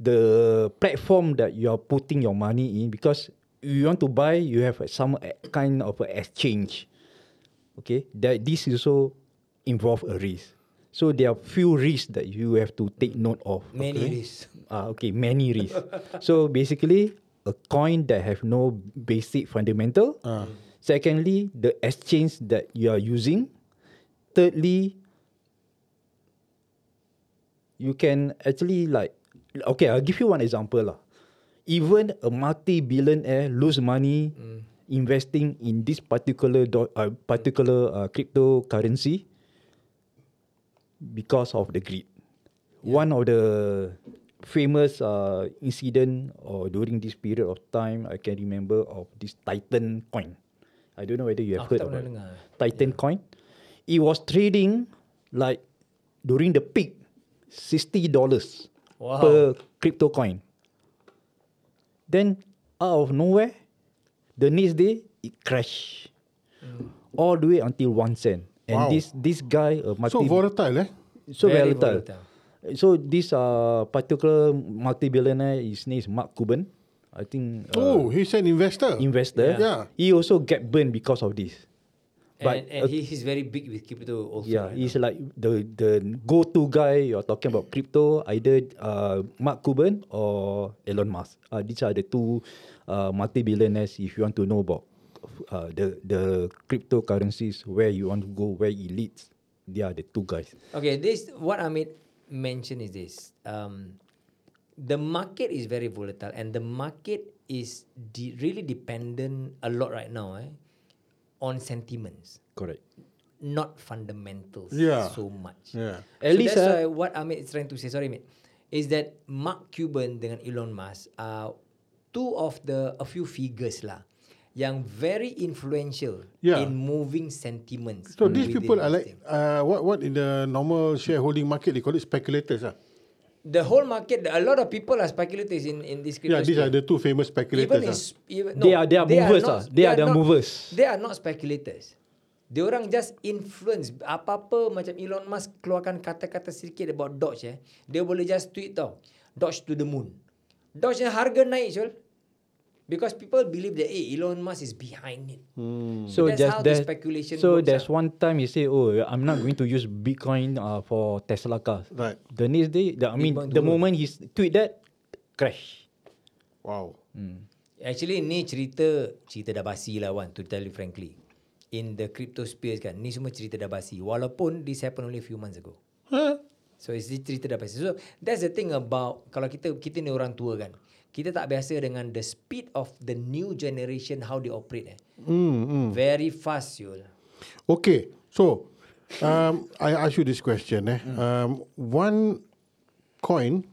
the platform that you are putting your money in, because you want to buy, you have uh, some uh, kind of a exchange. Okay, that this is also involve a risk. So there are few risks that you have to take note of.
Many
okay?
risks.
Ah, okay, many risks. so basically, a coin that have no basic fundamental. Secondly, the exchange that you are using. Thirdly, you can actually like okay, I'll give you one example lah. Even a multi-billionaire lose money investing in this particular do- uh, particular uh, cryptocurrency because of the greed. One of the famous uh, incident or during this period of time, I can remember of this Titan coin. I don't know whether you have
Aku
heard
tak
of
pernah
it.
dengar.
Titan coin. It was trading like during the peak, sixty dollars
Wow.
per crypto coin. Then out of nowhere, the next day it crashed
Mm.
all the way until one cent. And
Wow.
this this guy, uh, a multi,
So volatile eh.
so
Very
volatile.
volatile.
So this uh, particular multi-billionaire, his name is Mark Cuban. I think. uh,
oh, he's an investor.
investor.
Yeah.
He also get burned because of this. But
and and he, he's very big with crypto also.
Yeah,
right
he's like the the go-to guy you're talking about crypto, either uh, Mark Cuban or Elon Musk. Uh, these are the two uh, multi-billionaires if you want to know about uh, the the cryptocurrencies, where you want to go, where it leads. They are the two guys.
Okay, this what Amit mentioned is this. Um, the market is very volatile, and the market is de- really dependent a lot right now, eh, on sentiments,
Correct.
not fundamentals.
Yeah.
so much.
Yeah.
At
so
least,
that's
ah-
why what Amit is trying to say. Sorry, Amit, is that Mark Cuban dengan Elon Musk are two of the a few figures lah yang very influential
Yeah.
in moving sentiments.
So these
Hmm, within
people are
this
like
thing.
uh, what what in the normal shareholding market they call it speculators ah.
the whole market, a lot of people are speculators in in this crypto.
Yeah, these
space.
are the two famous
even
speculators.
in,
ah.
s- even,
They are- they are movers
not-
lah. They are the
not-
movers.
They are not speculators. Dia orang just influence apa-apa macam Elon Musk keluarkan kata-kata sedikit about Doge eh. Dia boleh just tweet tau. Doge to the moon. Doge ni harga naik Syul. Because people believe that eh Elon Musk is behind it. Hmm.
So
that's
there's
how
there's-
the speculation
So
works.
there's
ah.
one time he say, "Oh, I'm not going to use Bitcoin uh, for Tesla cars."
Right.
The next day, the, I mean,
Bitcoin
the
turun.
moment he s- tweet that, crash.
Wow.
Actually ni cerita cerita dah basi lah Wan to tell you frankly. In the crypto space kan ni semua cerita dah basi walaupun this happened only a few months ago.
Huh?
So it's this cerita dah basi. So that's the thing about kalau kita kita ni orang tua kan. Kita tak biasa dengan the speed of the new generation how they operate eh.
Hmm,
Mm, mm. Very fast Yul.
Okay, so um, I ask you this question. Eh?
Hmm.
Um, one coin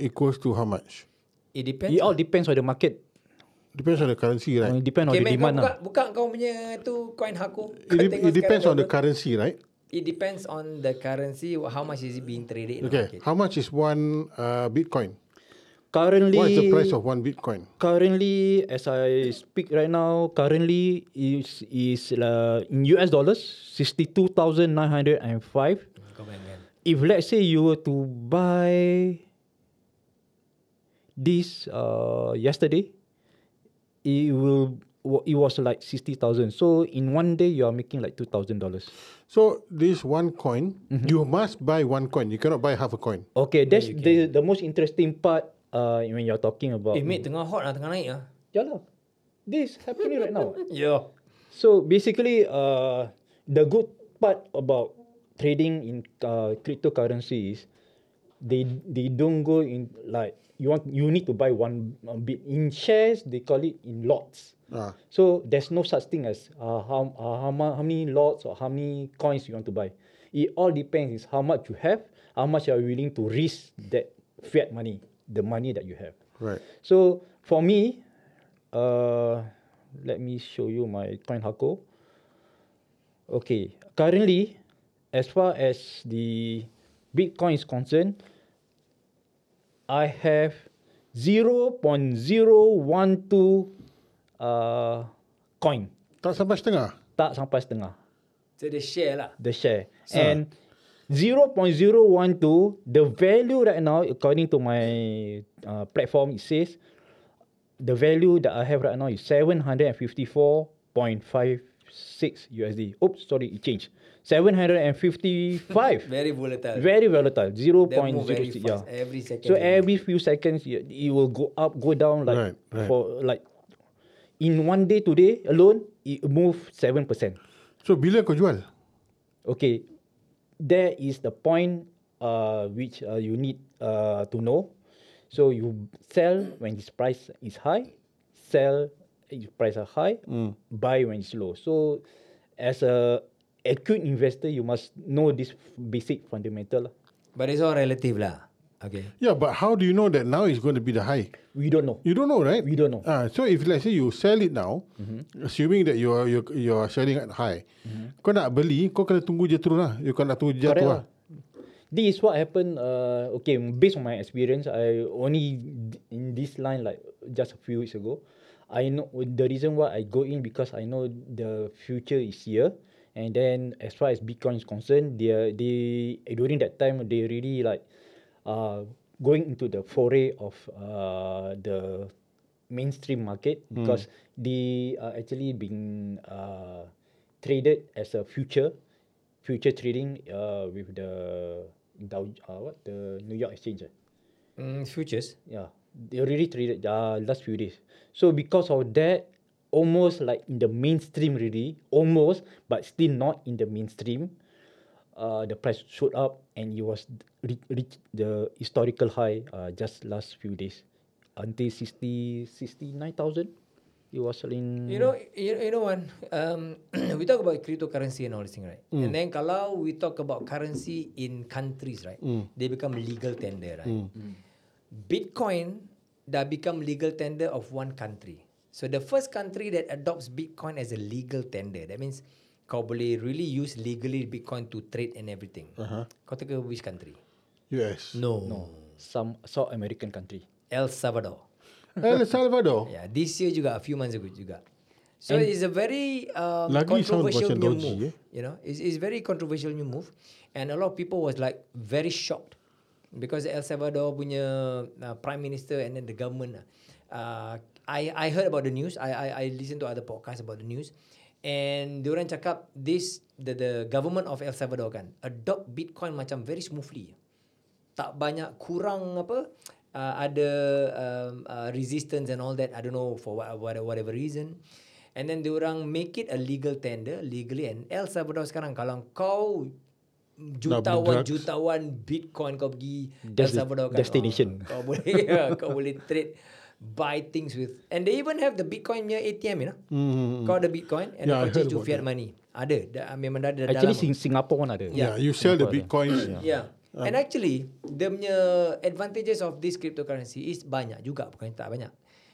equals to how much?
It depends.
It all depends on the market.
Depends on the currency,
It
right?
depends on
okay,
the
man,
demand.
kau buka,
lah.
buka kau punya tu coin aku.
It, de- it depends on the currency, right?
It depends on the currency how much is it being traded. in the
Okay.
market.
How much is one uh, Bitcoin?
Currently,
What is the price of one Bitcoin?
currently as I speak right now, currently is is uh, in US dollars sixty two thousand nine hundred and five.
Kau bayangkan.
if let's say you were to buy this uh yesterday it will wa- it was like 60,000 so in one day you are making like $2,000
So this one coin, you must buy one coin. You cannot buy half a coin.
okay that's the the most interesting part uh when you're talking about
Eh, mate, tengah hot lah, tengah naik lah.
yeah lah. this happening right now
Yeah.
So basically, uh, the good part about trading in uh, cryptocurrencies, they they don't go in like you want you need to buy one uh, bit in shares. They call it in lots.
Ah.
So there's no such thing as uh, how uh, how, mu- how many lots or how many coins you want to buy. It all depends is how much you have, how much are you willing to risk that fiat money, the money that you have.
Right.
So for me, uh, let me show you my coin hako. Okay, currently, as far as the Bitcoin is concerned, I have 0.012 uh, coin.
Tak sampai setengah.
Tak sampai setengah
So the share lah.
the share. And 0.012, the value right now, according to my uh, platform, it says the value that I have right now is 754.56 USD. Oops, sorry, it changed. 755.
Very volatile.
very volatile. 0.06.
That move very fast.
yeah.
Every second.
So
it move.
every few seconds, you- it will go up, go down, like
Right, right.
for like in one day today alone, it moved seven percent.
So bila kau jual?
Okay, there is the point uh, which uh, you need uh, to know. So you sell when its price is high, sell if price are high, buy when it's low. So as a acute investor, you must know this basic fundamental. lah.
But it's all relative lah. Okay.
Yeah, but how do you know that now is going to be the high?
We don't know.
You don't know, right?
We don't know. Mm-hmm.
Ah, so if let's say you sell it now, assuming that you are you, you are selling at high, kau nak beli, kau kena tunggu je turun lah. You kau nak tunggu je
Correct
jatuh
lah.
lah.
This is what happened. Uh, okay, based on my experience, I only d- in this line like just a few weeks ago. I know the reason why I go in because I know the future is here. And then as far as Bitcoin is concerned, they are, they during that time they really like uh, going into the foray of uh, the mainstream market because they are actually being uh, traded as a future future trading uh, with the Dow, uh, what the New York Exchange. eh?
Mm, futures.
Yeah, they already traded uh, last few days. So because of that, almost like in the mainstream really, almost but still not in the mainstream. Uh, the price shot up and it was re- reached the historical high uh, just last few days until 60 69,000 it was in
You know, you, you know one. Um, we talk about cryptocurrency and all this thing, right? And then kalau we talk about currency in countries, right? They become legal tender, right? Bitcoin dah become legal tender of one country. So the first country that adopts Bitcoin as a legal tender, that means kau boleh really use legally Bitcoin to trade and everything. Uh-huh. Kau take which country?
Yes.
No. no.
some South American country.
El Salvador.
El Eh, Salvador.
Yeah, this year juga, a few months ago juga. So And it's a very um,
Lagi sound
controversial new
macam dodgy,
move.
eh?
You know, it's, it's very controversial new move, and a lot of people was like very shocked because El Salvador punya uh, prime minister and then the government. Uh, I I heard about the news. I I I listen to other podcast about the news, and diorang cakap this the the government of El Salvador kan adopt Bitcoin macam very smoothly tak banyak kurang apa uh, ada um, uh, resistance and all that I don't know for what, what whatever reason and then diorang make it a legal tender legally and El Salvador sekarang kalau kau jutawan
drugs.
jutawan bitcoin kau pergi El
Desti-
Salvador kan
destination.
oh, kau boleh ya, kau boleh trade buy things with and they even have the bitcoin punya ATM you know mm. kau ada bitcoin and
Hmm,
yeah, kau
Yeah, I heard
change to
about
fiat money ada da, memang dah ada dalam
Actually Sing- Singapore pun ada.
Yeah, you sell the bitcoins.
Yeah. And actually, the punya advantages of this cryptocurrency is banyak juga, bukan tak banyak.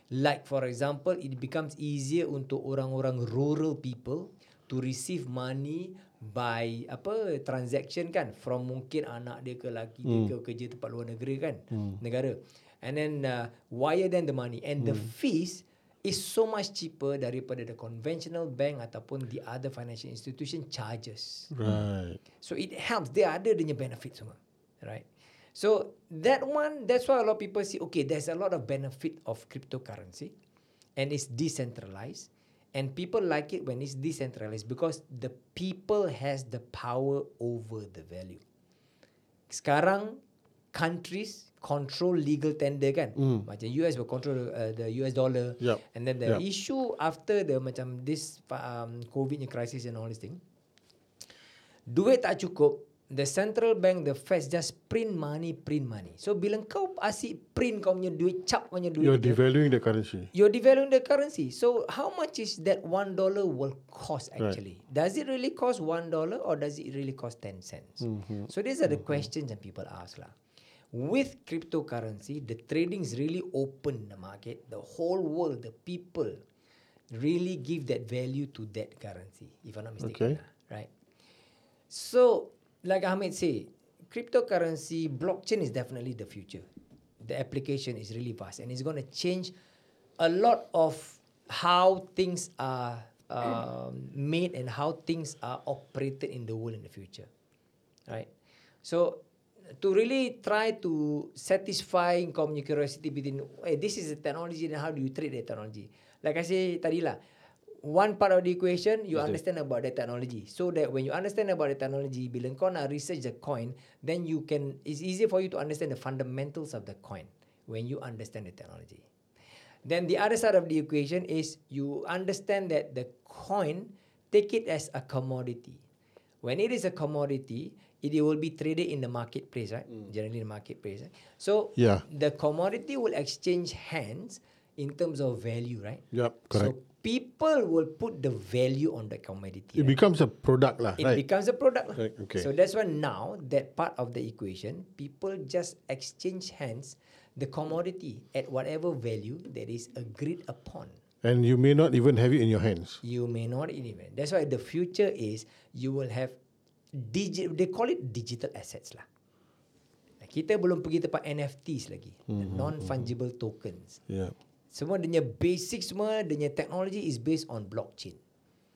Like for example, it becomes easier untuk orang-orang rural people to receive money by apa transaction kan from mungkin anak dia ke laki dia ke kerja tempat luar negeri kan negara and then uh, wire them the money and the fees is so much cheaper daripada the conventional bank ataupun the other financial institution charges
Right.
So it helps. Dia ada dia punya benefit semua. Right. So that one, that's why a lot of people see, okay, there's a lot of benefit of cryptocurrency and it's decentralized. And people like it when it's decentralized because the people has the power over the value. Sekarang countries control legal tender kan. Mm. Macam US will control uh, the US dollar.
Hmm. Yup.
And then the
Yup.
issue after the macam this um, COVID ni crisis and all this thing. Duit tak cukup the central bank, the Fed just print money, print money. So bila kau asyik print kau punya duit, cap kau punya duit,
You're devaluing the currency.
you're devaluing the currency. So how much is that one dollar will cost actually? Does it really cost one dollar or does it really cost ten cents? So these are the questions that people ask lah. With cryptocurrency, the trading is really open the market. The whole world, the people, really give that value to that currency. If I'm not mistaken,
Okay.
lah, right? So, like Ahmed say, cryptocurrency, blockchain is definitely the future. The application is really vast and it's going to change a lot of how things are um, made and how things are operated in the world in the future. Right? So, to really try to satisfy kau punya curiosity within, hey, this is the technology and how do you trade the technology? Like I say tadi lah, one part of the equation you understand about the technology so that when you understand about the technology bila kau nak research the coin then you can it's easier for you to understand the fundamentals of the coin when you understand the technology then the other side of the equation is you understand that the coin take it as a commodity when it is a commodity it will be traded in the marketplace right generally the marketplace right? so
Yeah.
the commodity will exchange hands in terms of value right
Yup, correct.
so people will put the value on the commodity.
it
right?
becomes a product lah,
It
right?
becomes a product. lah.
Right, okay.
So that's why now that part of the equation, people just exchange hands the commodity at whatever value that is agreed upon.
and you may not even have it in your hands.
You may not even. That's why the future is you will have digi- they call it digital assets lah. Kita belum pergi tempat NFTs lagi,
Mhm,
the non-fungible tokens.
Yeah,
Semua dia punya basic semua, dia punya technology is based on blockchain.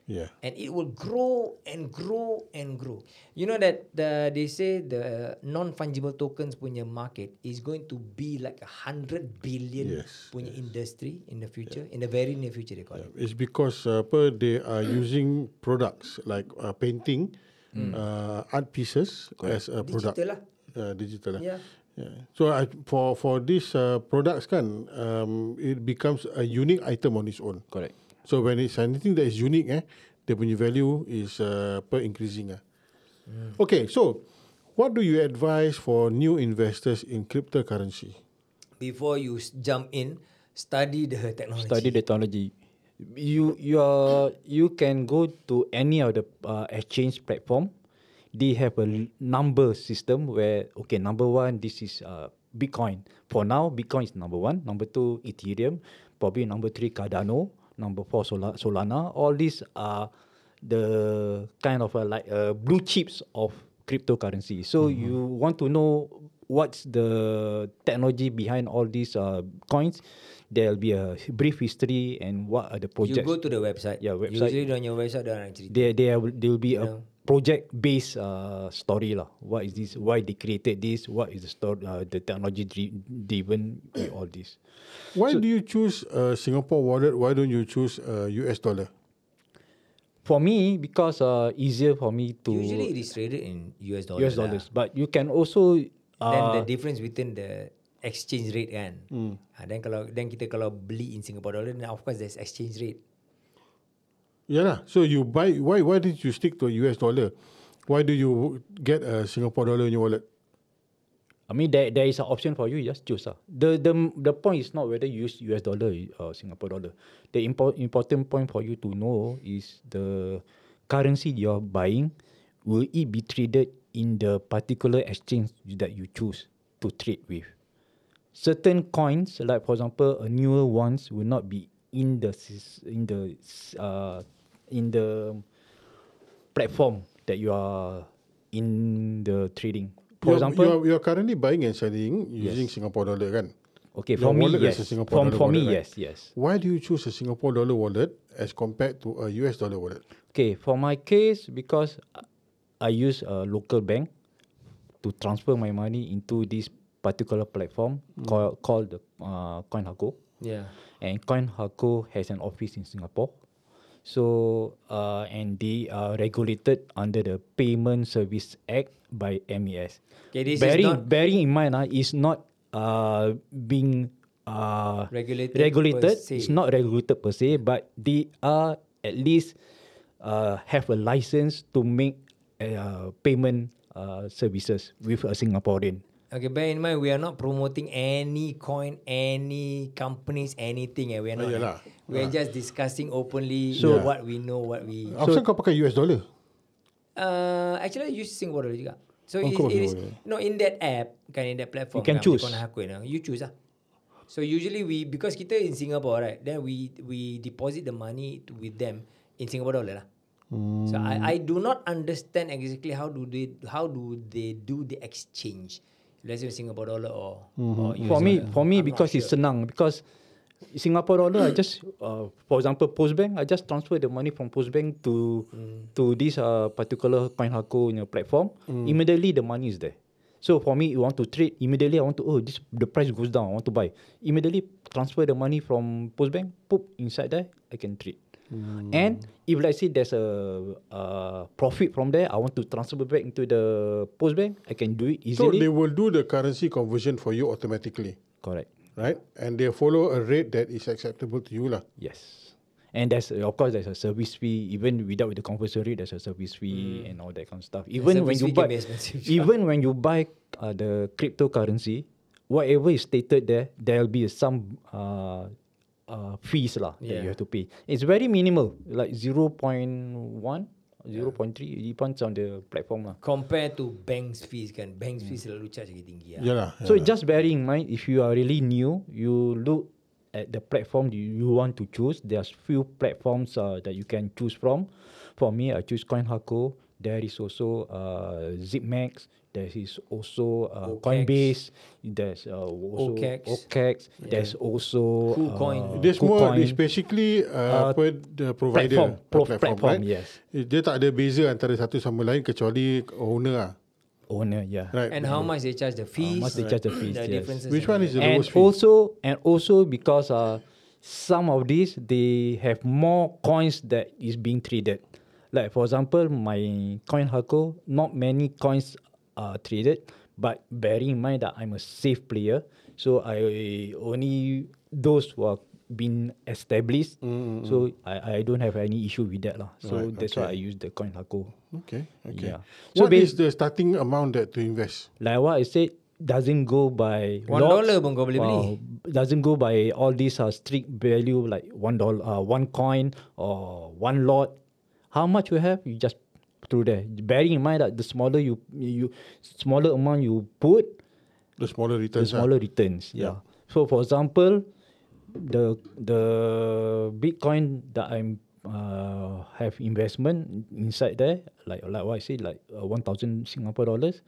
yeah.
and it will grow and grow and grow. You know that the they say the non fungible tokens punya market is going to be like a hundred billion
Yes,
punya industry in the future, in the very near future they call it.
It's because uh, apa they are using products like uh, painting, uh, art pieces as a product.
Digital lah.
Uh, digital lah.
Yeah.
Yeah. So I, for for these uh, products kan, um, it becomes a unique item on its own.
Correct.
So when it's anything that is unique, eh, the punya value is uh, per increasing. Eh. Okay, so what do you advise for new investors in cryptocurrency?
Before you s- jump in, study the technology.
Study the technology. You you are you can go to any of the uh, exchange platform. They have a l- number system where okay number one this is uh, Bitcoin. For now, Bitcoin is number one. Number two, Ethereum. Probably number three, Cardano. Number four, Sola- Solana. All these are the kind of uh, like uh, blue chips of cryptocurrency. So
Mm-hmm.
you want to know what's the technology behind all these uh, coins? There'll be a brief history and what are the
you
projects.
go to the website.
Yeah, website.
Usually on your website dia orang cerita.
there, there will be
Yeah.
a project-based uh, story lah. What is this? Why they created this? What is the story? Uh, the technology dri- driven with all this?
Why do you choose uh, Singapore wallet? Why don't you choose uh, US dollar?
For me, because uh, easier for me to
Usually it is traded in US dollar.
US
lah.
dollars, but you can also uh,
Then the difference within the exchange rate kan. Hmm. Ha, then kalau then kita kalau beli in Singapore dollar then of course there's exchange rate.
Yeah lah. So you buy why why did you stick to US dollar? Why do you get a Singapore dollar in your wallet?
I mean, there, there is an option for you. Just choose. ah. The, the the point is not whether you use US dollar or Singapore dollar. The impor- important point for you to know is the currency you're buying, will it be traded in the particular exchange that you choose to trade with? Certain coins, like for example, a newer ones, will not be in the sys- in the s- uh, in the platform that you are in the trading. For
You're-
example,
you are, you are currently buying and selling using Singapore dollar kan?
Okay,
Your
for me,
wallet
yes.
is a Singapore
From,
dollar
for me,
wallet, right?
yes, yes.
Why do you choose a Singapore dollar wallet as compared to a US dollar wallet?
Okay, for my case, because I use a local bank to transfer my money into this particular platform
Mm.
call, called the uh, CoinHaco.
Yeah.
And CoinHaco has an office in Singapore. So, uh, and they are regulated under the Payment Service Act by MES.
Okay, this is
bearing,
not-
bearing in mind, uh, it's not uh, being uh,
Regulated per
regulated.
se.
It's not regulated per se, but they are at least uh, have a license to make uh, payment uh, services with a Singaporean.
Okay, bear in mind we are not promoting any coin, any companies, anything. Eh. We are
Ah,
not.
yalah.
We are just discussing openly
So-
what we know, what we.
Apa so, kau pakai US dollar?
Uh, actually, I use Singapore dollar juga. So
Oh,
it,
kau
it
pakai
is
Singapore
no in that app kan in that platform.
You can
kan,
choose.
macam kau nak hakui lah. You choose lah. So usually we because kita in Singapore right, then we we deposit the money to, with them in Singapore dollar lah. So
Hmm.
I I do not understand exactly how do they how do they do the exchange. Let's say Singapore dollar or,
Hmm.
or US
for me,
dollar.
for me,
I'm not
because it's senang. Because Singapore dollar, I just, uh, for example, Post Bank, I just transfer the money from Post Bank to to this uh, particular CoinHako punya platform. Immediately, the money is there. So for me, you want to trade immediately. I want to oh this the price goes down. I want to buy immediately. Transfer the money from Post Bank, put inside there. I can trade. And if let's say there's a uh, profit from there, I want to transfer back into the Post Bank. I can do it
So
easily.
they will do the currency conversion for you automatically,
Correct.
right? And they follow a rate that is acceptable to you lah.
Yes. And there's of course there's a service fee even without the compulsory there's a service fee and all that kind of stuff. Even when
Hmm. service
you
fee can
buy
be expensive, yeah.
even when you buy uh, the cryptocurrency, whatever is stated there, there'll be some uh, uh, fees lah that you
Yeah.
have to pay. It's very minimal, like 0.1, 0.3 depends on the platform lah.
Compare to banks fees kan Banks fees
Hmm.
selalu charge lagi tinggi lah.
Yalah.
So just bearing in mind, if you are really new, you look at the platform you, you want to choose. There's few platforms uh, that you can choose from. For me, I choose CoinHako. There is also uh, ZipMax. There is also uh,
OKX.
Coinbase. There's uh, also
OKX.
OKX. There's also
KuCoin.
Uh,
There's more.
KuCoin.
It's basically uh,
Uh,
apa the provider
platform. Pro-
platform,
platform,
right? Eh,
yes.
Dia tak ada beza antara satu sama lain kecuali owner lah.
owner. Yeah.
Right.
And how much they charge the fees
much they charge the fees, yes.
differences
Which
and
one
all
is the
and
lowest fee?
also and also because uh, some of these they have more coins that is being traded. Like for example, my coin hako, not many coins are traded. But bearing in mind that I'm a safe player, so I only those who are been established. So I, I don't have any issue with that lah. So
Mm, Right,
that's why I
okay.
use the coin hako.
Okay. Okay.
Yeah.
So
So
what
bas-
is the starting amount that to invest?
Like what I said, doesn't go by
One
lots.
dollar pun kau boleh beli.
Doesn't go by all these uh, strict value like one dollar, uh, one coin or one lot. How much you have, you just through there. Bearing in mind that the smaller you you smaller amount you put,
The smaller
the
returns. lah.
smaller returns. Yeah. So for example, the the Bitcoin that I'm uh, have investment inside there, like like what I said, like uh, one thousand Singapore dollars.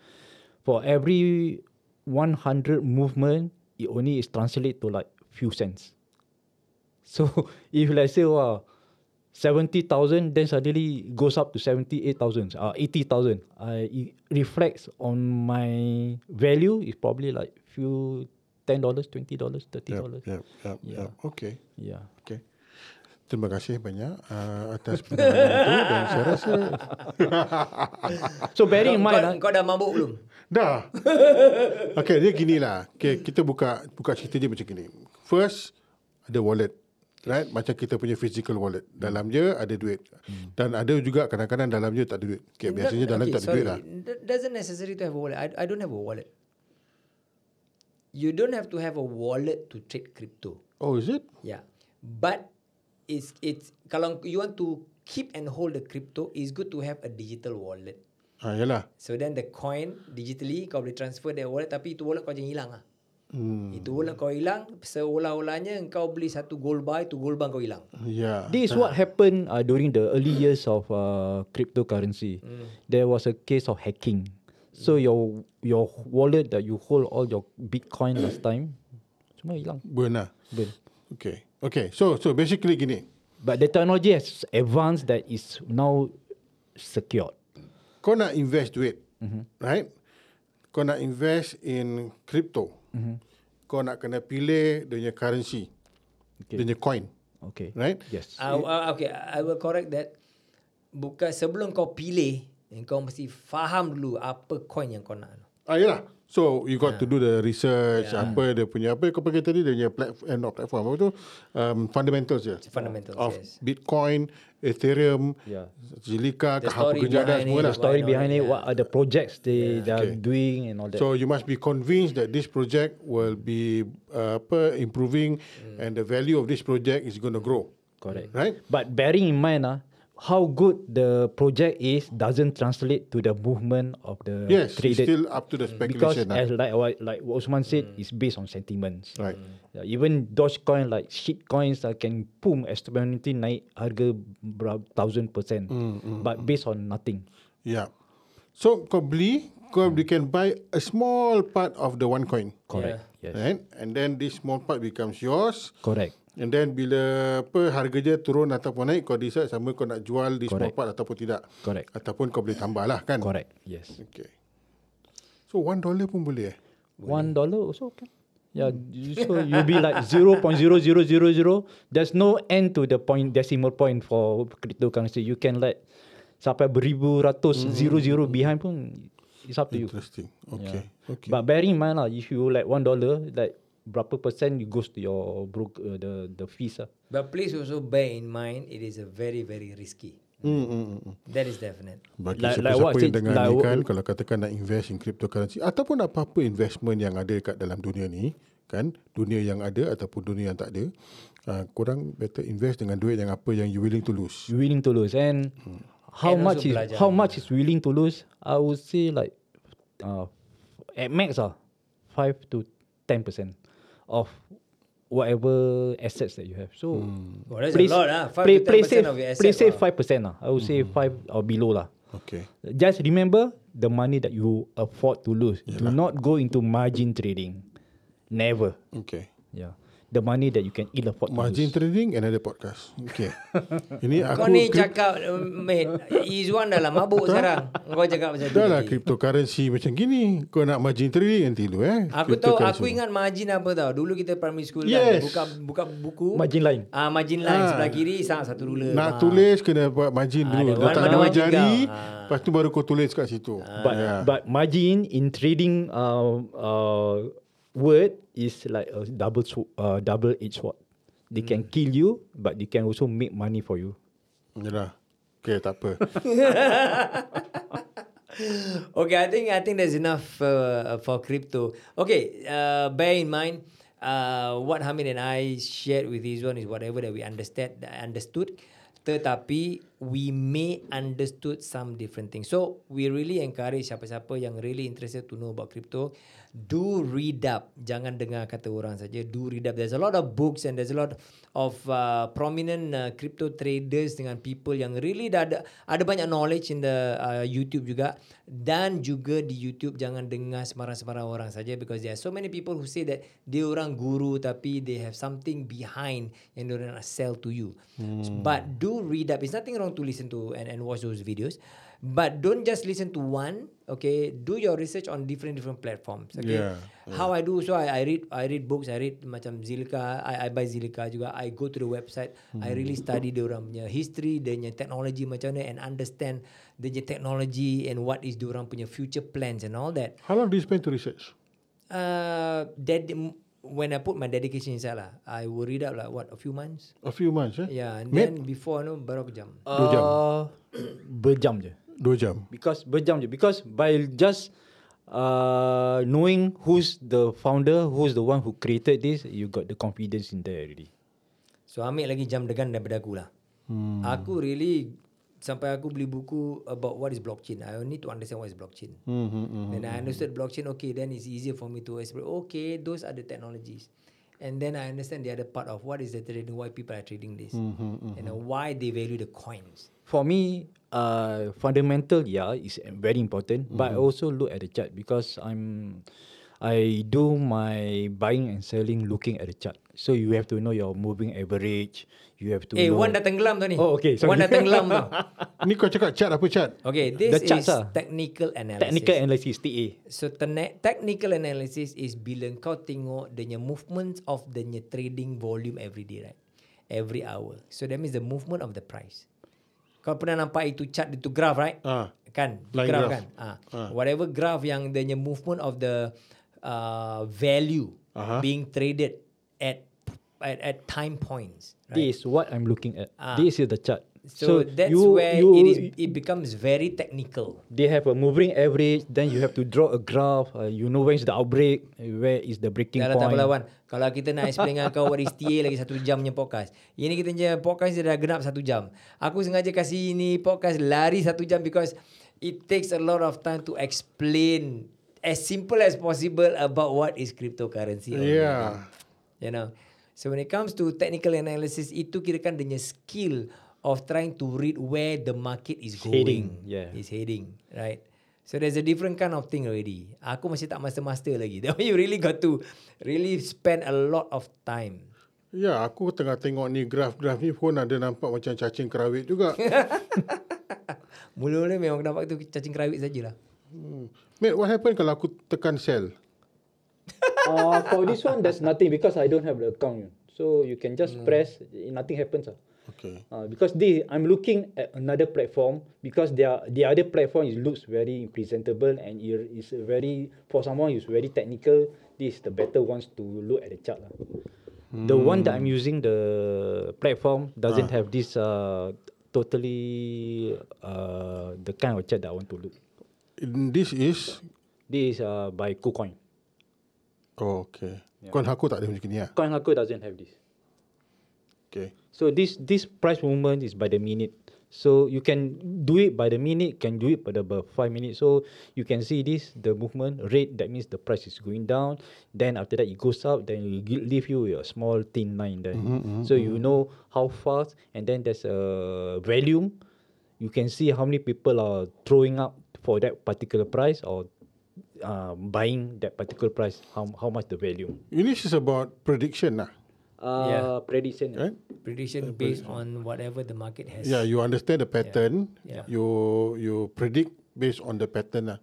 For every one hundred movement, it only is translate to like few cents. So if let's say wow, seventy thousand, then suddenly it goes up to seventy eight thousand, uh, eighty thousand. I it reflects on my value is probably like few ten dollars, twenty dollars, thirty
Yep,
dollars.
yep, yep,
Yeah.
yep. Okay.
Yeah.
Okay. Terima kasih banyak uh, atas perbincangan itu dan saya rasa
So bearing in
Kau-
mind,
kau,
ah,
kau dah mabuk belum?
dah. Okay, dia gini lah. Okay, kita buka buka cerita dia macam gini. First ada wallet. Right? Macam kita punya physical wallet. Dalam dia ada duit.
Hmm.
Dan ada juga kadang-kadang dalam dia tak ada duit. Okay, Ya, biasanya dalam
okay,
tak ada
sorry.
duit lah.
D- doesn't necessary to have a wallet. I, I don't have a wallet. You don't have to have a wallet to trade crypto.
Oh, is it?
Yeah. But it's it's kalau you want to keep and hold the crypto, it's good to have a digital wallet.
Ah, yalah.
So then the coin digitally kau boleh transfer dari wallet tapi itu wallet kau jangan hilang lah. Hmm. Itu wallet kau hilang seolah-olahnya kau beli satu gold bar itu gold bar kau hilang.
Yeah.
This is what happened uh, during the early years of uh, cryptocurrency. There was a case of hacking. So your your wallet that you hold all your Bitcoin last time, semua hilang.
Burn lah.
Burn.
Okay. Okay. So so basically gini.
But the technology has advanced that is now secured.
Kau nak invest duit.
Mhm.
Mm-hmm. Right? Kau nak invest in crypto.
Mhm.
Mm-hmm. Kau nak kena pilih dia punya currency. Okay.
Okay.
Dia punya coin.
Okay.
Right? Uh,
Yes.
I, I, okay, I will correct that. Bukan sebelum kau pilih, kau mesti faham dulu apa coin yang kau nak.
Ah, yalah. So you got yeah. to do the research yeah. apa dia punya apa kau pakai tadi dia punya platform eh, not platform apa tu um, fundamentals je.
Fundamentals,
of
yes.
Bitcoin, Ethereum,
Yeah.
Jelika,
The
apa
story
kerja
behind
ada
it,
semua lah.
the
Story
Why not?
behind it, what are the projects they, they are
Okay.
doing and all that.
So you must be convinced that this project will be uh, apa improving and the value of this project is going to grow.
Correct.
Right?
But bearing in mind ah, how good the project is doesn't translate to the movement of the
Yes, it's
traded
still up to the
because
speculation. lah.
as like what like what Osman said, it's based on sentiments.
Right.
Yeah, even Dogecoin like shit coins uh, can boom exponentially naik harga berapa thousand percent,
Mm,
but based on nothing.
Yeah. So kau beli, kau you can buy a small part of the one coin.
Correct. Yes.
Right? And then this small part becomes yours.
Correct.
And then bila apa harga dia turun ataupun naik kau decide sama kau nak jual di small
Correct.
part ataupun tidak.
Correct.
Ataupun kau boleh tambah lah kan.
Correct. Yes.
Okay. So one dollar pun boleh eh?
One dollar also okay. Yeah, you- so you'll be like zero point zero zero zero zero. There's no end to the point decimal point for cryptocurrency. You can let sampai beribu ratus
Hmm.
zero zero behind pun it's up to you.
Interesting. Okay. Yeah. okay.
But bearing in mind lah, if you like one dollar, like berapa percent it goes to your broker uh, the the fees lah.
But please also bear in mind, it is a very, very risky.
Mm, mm, mm, mm.
That is definite.
Bagi
Like- like
siapa-siapa
what
yang
said-
dengar
like
ni
what-
kan, kalau katakan nak invest in cryptocurrency ataupun apa-apa investment yang ada kat dalam dunia ni, kan, dunia yang ada ataupun dunia yang tak ada, uh, korang better invest dengan duit yang apa yang you willing to lose.
You willing to lose and how
Hmm. And also
much is
belajar.
how much is willing to lose? I would say like uh, at max ah five to ten percent of whatever assets that you have. So
Well, that's a lot, ah. Five
play,
to
play
10%
safe,
of your asset,
play safe
wow. Hmm.
five percent lah. I would say five or below lah.
Okay.
Just remember the money that you afford to lose. Do not go into margin trading. Never.
Okay.
Yeah. The money that you can ill afford
Margin
to lose.
trading and ada podcast. Okay. Ini aku
Kau ni
crypt-
cakap, uh, mate, Izzuan dah lah mabuk sekarang. Kau cakap macam tu.
dah lah
tadi.
cryptocurrency macam gini. Kau nak margin trading nanti dulu
Aku tahu,
eh.
aku
Cryptocurrency.
ingat margin apa tau. Dulu kita primary school
Yes.
kan, buka, buka buku.
Margin line.
Ah, margin line
Ah.
sebelah kiri, sang satu ruler.
Nak
Ah.
tulis kena buat margin
Ah,
dulu.
ada
Letak
warna
dua
margin
jari,
kau. Ah. Ya.
lepas tu baru kau tulis kat situ.
But
Yeah.
but margin in trading uh, uh, word is like a double sw- uh, double edged sword. They can kill you, but they can also make money for you.
Yalah. Okay, Ya tak apa.
okay, I think I think there's enough uh, for crypto. Okay, uh, bear in mind uh, what Hamid and I shared with this one is whatever that we understand understood. Tetapi we may understood some different things. So we really encourage siapa-siapa yang really interested to know about crypto, do read up. Jangan dengar kata orang saja. Do read up. There's a lot of books and there's a lot of uh, prominent uh, crypto traders dengan people yang really dah ada ada banyak knowledge in the uh, YouTube juga dan juga di YouTube jangan dengar sembarang-sembarang orang saja because there are so many people who say that dia orang guru tapi they have something behind yang dia orang nak sell to you. Hmm. But do read up. It's nothing wrong to listen to and and watch those videos. But don't just listen to one, okay? Do your research on different different platforms, okay?
Yeah.
How I do so I, I read I read books I read macam Zilka I, I buy Zilka juga I go to the website hmm. I really study dia orang punya history dia punya technology macam mana and understand dia punya technology and what is dia orang punya future plans and all that
How long do you spend to research?
uh, that when I put my dedication inside lah I will read up like what a few months
A few months eh?
yeah and
Mid-
then before no baru aku jam
Dua jam.
Uh, berjam je.
Dua jam.
Because berjam je. Because by just uh, knowing who's the founder, who's the one who created this, you got the confidence in there already.
So ambil lagi jam degan daripada aku lah. Hmm. Aku really sampai aku beli buku about what is blockchain. I need to understand what is blockchain.
Hmm,
Mm-hmm, then I understood blockchain. Okay, then it's easier for me to explain. Okay, those are the technologies. And then I understand the other part of what is the trading, why people are trading this,
Hmm,
mm-hmm, and uh, why they value the coins.
For me, uh, fundamental yeah is very important, but I also look at the chart because I'm I do my buying and selling looking at the chart. So you have to know your moving average. You have to.
Eh, hey,
know
one dah tenggelam tu ni.
Oh, okay, sorry.
One dah tenggelam tu.
Ni kau cakap chat apa chat?
Okay, this
The
is
charts ah.
technical analysis.
technical analysis TA.
So tene- technical analysis is bila kau tengok the movements of the trading volume every day, right? Every hour. So that means the movement of the price. Kau pernah nampak itu chart itu graph right?
Ah.
Kan?
Line
graph,
graph.
kan? Ah. Whatever graph yang the movement of the uh, value
Aha.
being traded at at, at time points. Right?
This is what I'm looking at.
Ah.
This is the chart.
So, that's
you-
where
you-
it is it becomes very technical.
They have a moving average. Then you have to draw a graph. Uh, you know when is the outbreak, uh, where is the breaking
Dah lah, tak
point.
apa lawan. Kalau kita nak explain dengan kau what is TA lagi satu jam punya podcast. Ini kita punya podcast dia dah genap satu jam. Aku sengaja kasih ini podcast lari satu jam because it takes a lot of time to explain as simple as possible about what is cryptocurrency. all
Yeah.
You know. So when it comes to technical analysis, itu kirakan dia punya skill of trying to read where the market is going.
Heading, yeah.
Is heading, right? So there's a different kind of thing already. Aku masih tak master-master lagi. That way you really got to really spend a lot of time.
Ya, aku tengah tengok ni graf-graf ni pun ada nampak macam cacing kerawit juga.
Mula-mula memang nampak tu cacing kerawit sajalah.
Hmm. Mate, what happen kalau aku tekan sell?
uh, for this one, there's nothing because I don't have the account. So you can just press, nothing happens. ah.
Okay.
Uh, because they, I'm looking at another platform because their the other platform is looks very presentable and it is a very for someone who's very technical. This is the better ones to look at the chart lah. The one that I'm using the platform doesn't have this uh, totally uh, the kind of chart that I want to look.
This is
This is uh, by KuCoin.
Oh, okay. Yeah. Kawan aku tak ada macam ni lah.
CoinHako doesn't have this.
Okay.
So this this price movement is by the minute. So you can do it by the minute, can do it by the by five minutes. So you can see this the movement rate. That means the price is going down. Then after that it goes up. Then it gi- leave you with a small thin line there. so you know how fast. And then there's a volume. You can see how many people are throwing up for that particular price or uh, buying that particular price. How how much the volume?
Ini is about prediction lah.
Uh,
Yeah.
prediction.
Right?
Prediction based on whatever the market has.
Yeah, you understand the pattern.
Yeah.
You you predict based on the pattern lah.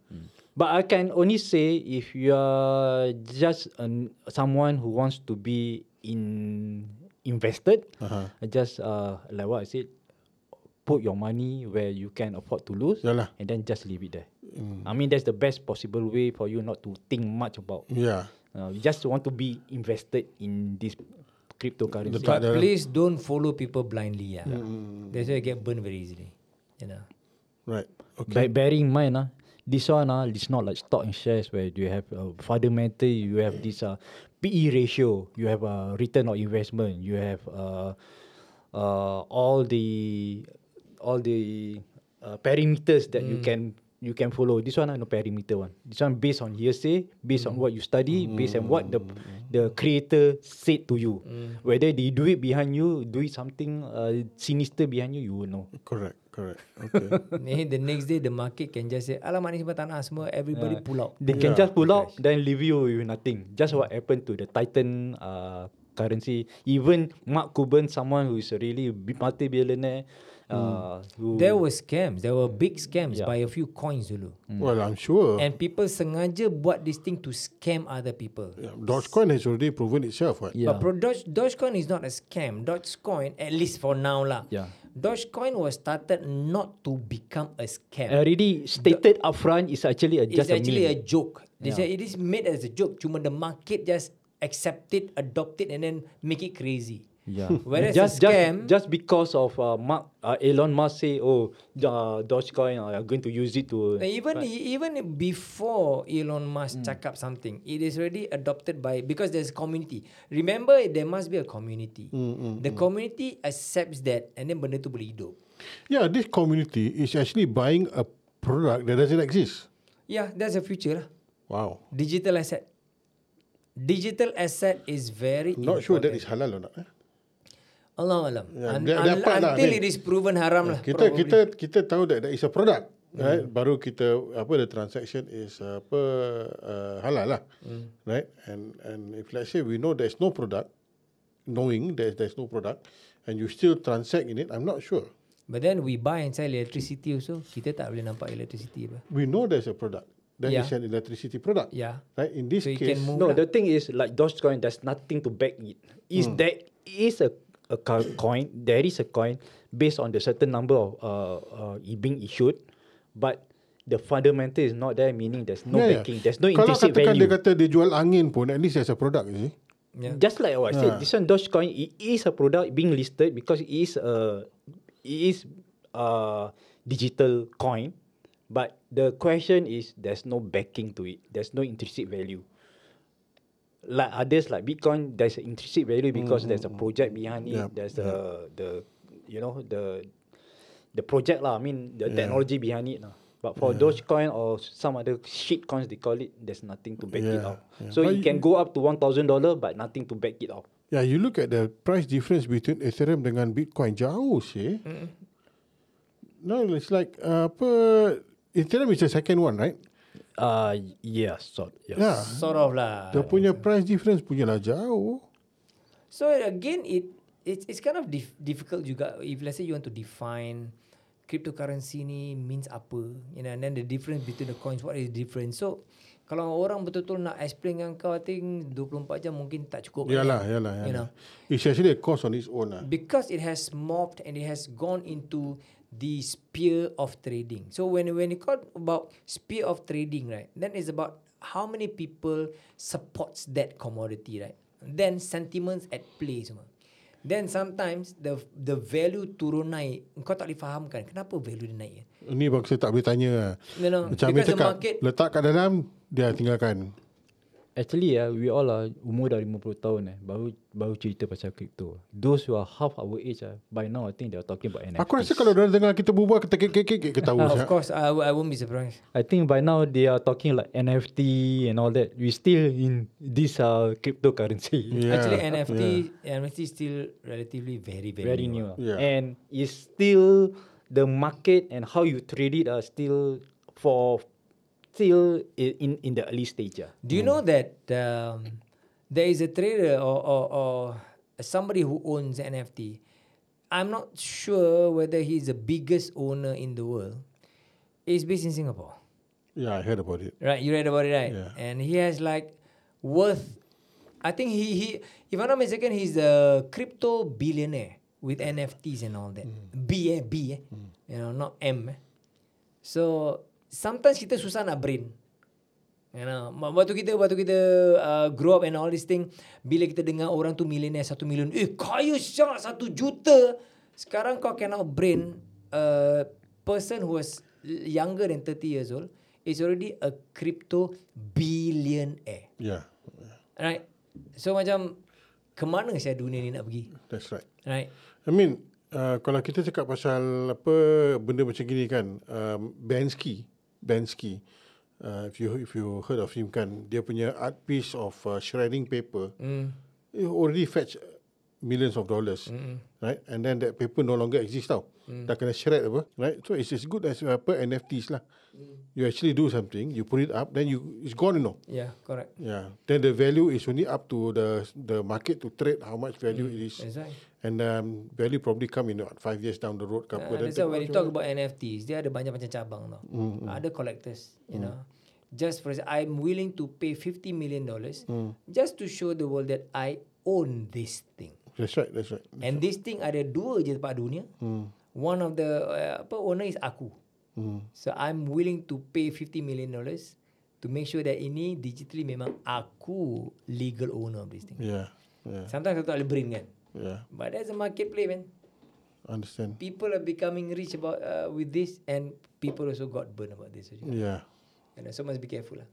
But I can only say if you are just an, someone who wants to be in invested,
Uh-huh.
just uh, like what I said, put your money where you can afford to lose,
Yalah.
and then just leave it there. I mean that's the best possible way for you not to think much about.
Yeah.
Uh, you just want to be invested in this cryptocurrency.
But
Dalam-
please don't follow people blindly. Yeah. That's why you get burned very easily. You know.
Right. Okay.
Ba- bearing in mind ah, this one ah, it's not like stock and shares where you have uh, fundamental, you have this uh, PE ratio, you have a uh, return on investment, you have uh, uh, all the all the uh, parameters that you can you can follow. This one ah, no parameter one. This one based on hearsay, based on what you study, based on what the the creator said to you. Whether they do it behind you, do it something uh, sinister behind you, you will know.
Correct. Correct. Okay.
Ni the next day the market can just say alamak ni semua tanah semua everybody pull out.
They can just pull out, then leave you with nothing. Just what happened to the Titan uh, currency. Even Mark Cuban, someone who is a really big multi-billionaire,
Hmm.
uh, who
There were scams. There were big scams by a few coins dulu.
well, I'm sure
And people sengaja buat this thing to scam other people.
yeah, Dogecoin has already proven itself. Right?
But pro Doge, Dogecoin is not a scam. Dogecoin, at least for now lah.
Yeah.
Dogecoin was started not to become a scam.
already stated upfront is actually a,
it's
just
actually
a,
a,
meme.
joke. They
Yeah.
say it is made as a joke. Cuma the market just accept it, adopt it, and then make it crazy.
yeah.
Whereas a
just,
scam-
just just because of uh, Mark uh, Elon Musk say, oh, uh, Dogecoin, uh, I'm going to use it to.
Now, even even before Elon
Hmm.
Musk cakap something, it is already adopted by because there's community. Remember, there must be a community.
Hmm,
the community accepts that, and then benda tu boleh hidup.
Yeah. This community is actually buying a product that doesn't exist.
Yeah, that's the future lah.
Wow.
Digital asset. Digital asset is very
Not sure that is halal or not. Eh?
Allah alam.
Yeah,
Un-
that-
un-
that part lah,
until
kan?
it is proven haram lah. Hmm.
Kita
probably.
kita kita tahu that that is a product. Right? Baru kita apa the transaction is uh, apa uh, halal lah.
Hmm.
Right? And and if let's say we know there's no product, knowing there's there's no product and you still transact in it, I'm not sure.
But then we buy and sell electricity also. Kita tak boleh nampak electricity apa.
We know there's a product. That
Yeah.
is an electricity product.
Yeah.
Right? In
So
this
you
case,
can move lah.
No,
Hmm.
the thing is like Dogecoin, there's nothing to back it. Is that is a a co- coin, there is a coin based on the certain number of uh, uh, i- being issued, but the fundamental is not there. Meaning there's no
Yeah, yeah.
backing, there's no
Kalau
intrinsic
katakan
value.
dia kata dia jual angin pun, at least as a product. You see?
Yeah.
Hmm.
Just like what I
Ah.
said, this one Dogecoin it is a product being listed because it is a it is a digital coin, but the question is there's no backing to it. There's no intrinsic value. Like others like Bitcoin, there's an intrinsic value because there's a project behind
Mm-hmm. Yeah,
it. There's the the you know the the project lah. I mean the technology behind it lah. But for Dogecoin or some other shit coins they call it, there's nothing to back it
Yeah,
up.
yeah.
So
But you-
it can go up to one thousand dollar, but nothing to back it up.
Yeah, you look at the price difference between Ethereum dengan Bitcoin jauh sih. No, it's like uh, apa Ethereum is the second one, right?
Uh, yeah, sort yes.
Yeah.
Sort of lah.
Dia punya price difference punya lah jauh.
So again, it it's it's kind of dif- difficult juga. If let's say you want to define cryptocurrency ni means apa, you know, and then the difference between the coins, what is different. So kalau orang betul-betul nak explain dengan kau, I think 24 jam mungkin tak cukup.
Yalah, yalah, yalah.
You know.
It's actually a cost on its own lah.
because it has morphed and it has gone into the sphere of trading. So when when you talk about sphere of trading, right, then it's about how many people supports that commodity, right? Then sentiments at play semua. Then sometimes the the value turun naik. Kau tak boleh fahamkan kenapa value dia naik. eh?
Ni bangsa tak boleh tanya lah.
You know,
Macam Amir
because the
cakap,
market
letak kat dalam, dia tinggalkan.
Actually, yeah, we all are umur dah 50 tahun eh, baru baru cerita pasal crypto. Those who are half our age ah, by now I think they are talking about NFTs.
Aku rasa kalau orang dengar kita berbual, kita kekek-kekek
of
ketawa. siap.
course I, I won't be surprised.
I think by now they are talking like NFT and all that. We still in this uh, cryptocurrency.
Yeah,
Actually NFT NFT is still relatively very very,
Very new. ah.
Yeah.
And it's still the market and how you trade it are still for still i- in in the early stage. ah.
Do you know that um, there is a trader or, or, or somebody who owns NFT? I'm not sure whether he's the biggest owner in the world. He's based in Singapore,
Yeah, I heard about it.
right? You read about it, right?
Yeah.
And he has like worth. I think he he if I'm not mistaken, he's a crypto billionaire with NFTs and all that. B eh, B eh, you know, not M. eh. So sometimes kita susah nak brain. You know, ma- waktu kita waktu kita uh, grow up and all this thing, bila kita dengar orang tu millionaire satu million, eh kaya syak satu juta. Sekarang kau cannot brain a person who was younger than 30 years old is already a crypto billionaire.
Yeah,
Right? So macam kemana saya dunia ni nak pergi?
that's right.
Right?
I mean, uh, kalau kita cakap pasal apa benda macam gini kan, um, Bansky, Bansky, uh, if you if you heard of him kan, dia punya art piece of uh, shredding paper, mm. it already fetch millions of dollars, mm right? And then that paper no longer exist tau. Mm. Dah kena shred apa, right? So it's as good as apa NFTs lah. Mm. You actually do something, you put it up, then you it's gone, you know.
Yeah, correct.
Yeah. Then the value is only up to the the market to trade how much value it is.
That's right.
And um, value probably come in what, five years down the road. ke apa,
Uh,
then
that's why
tengok
when you
macam
talk
mana.
about NFTs, dia ada banyak macam cabang tau. Mm. Ada collectors, you know. Just for example, I'm willing to pay 50 million dollars just to show the world that I own this thing.
That's right, that's right.
And this thing ada dua je tempat dunia. Mm. One of the uh, apa owner is aku. Mm. So I'm willing to pay 50 million dollars to make sure that ini digitally memang aku legal owner of this thing.
Yeah, yeah,
Sometimes aku tak boleh brain kan.
yeah.
But that's a market play man.
Understand.
people are becoming rich about uh, with this and people also got burned about this you
Yeah.
know, so must be careful lah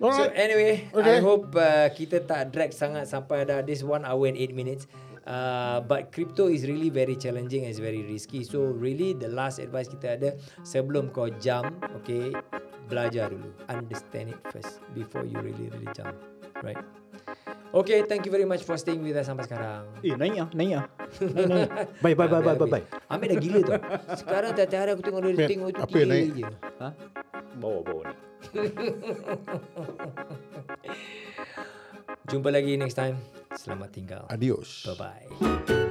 so
Alright.
anyway okay. I
Okay.
hope uh, kita tak drag sangat sampai dah this 1 hour and 8 minutes uh, but crypto is really very challenging and it's very risky so really the last advice kita ada sebelum kau jump okay belajar dulu understand it first before you really really jump right Okay, thank you very much for staying with us sampai sekarang.
Eh, naik ah, naik ah. Naik, naik. Bye, bye, bye, bye, bye, bye.
Ambil dah gila tu. Sekarang tiap-tiap hari aku tengok dia
Apa-
tengok tu
apa yang
gila
naik?
je.
Ha? Bawa, bawa ni.
Jumpa lagi next time. Selamat tinggal.
Adios.
Bye-bye.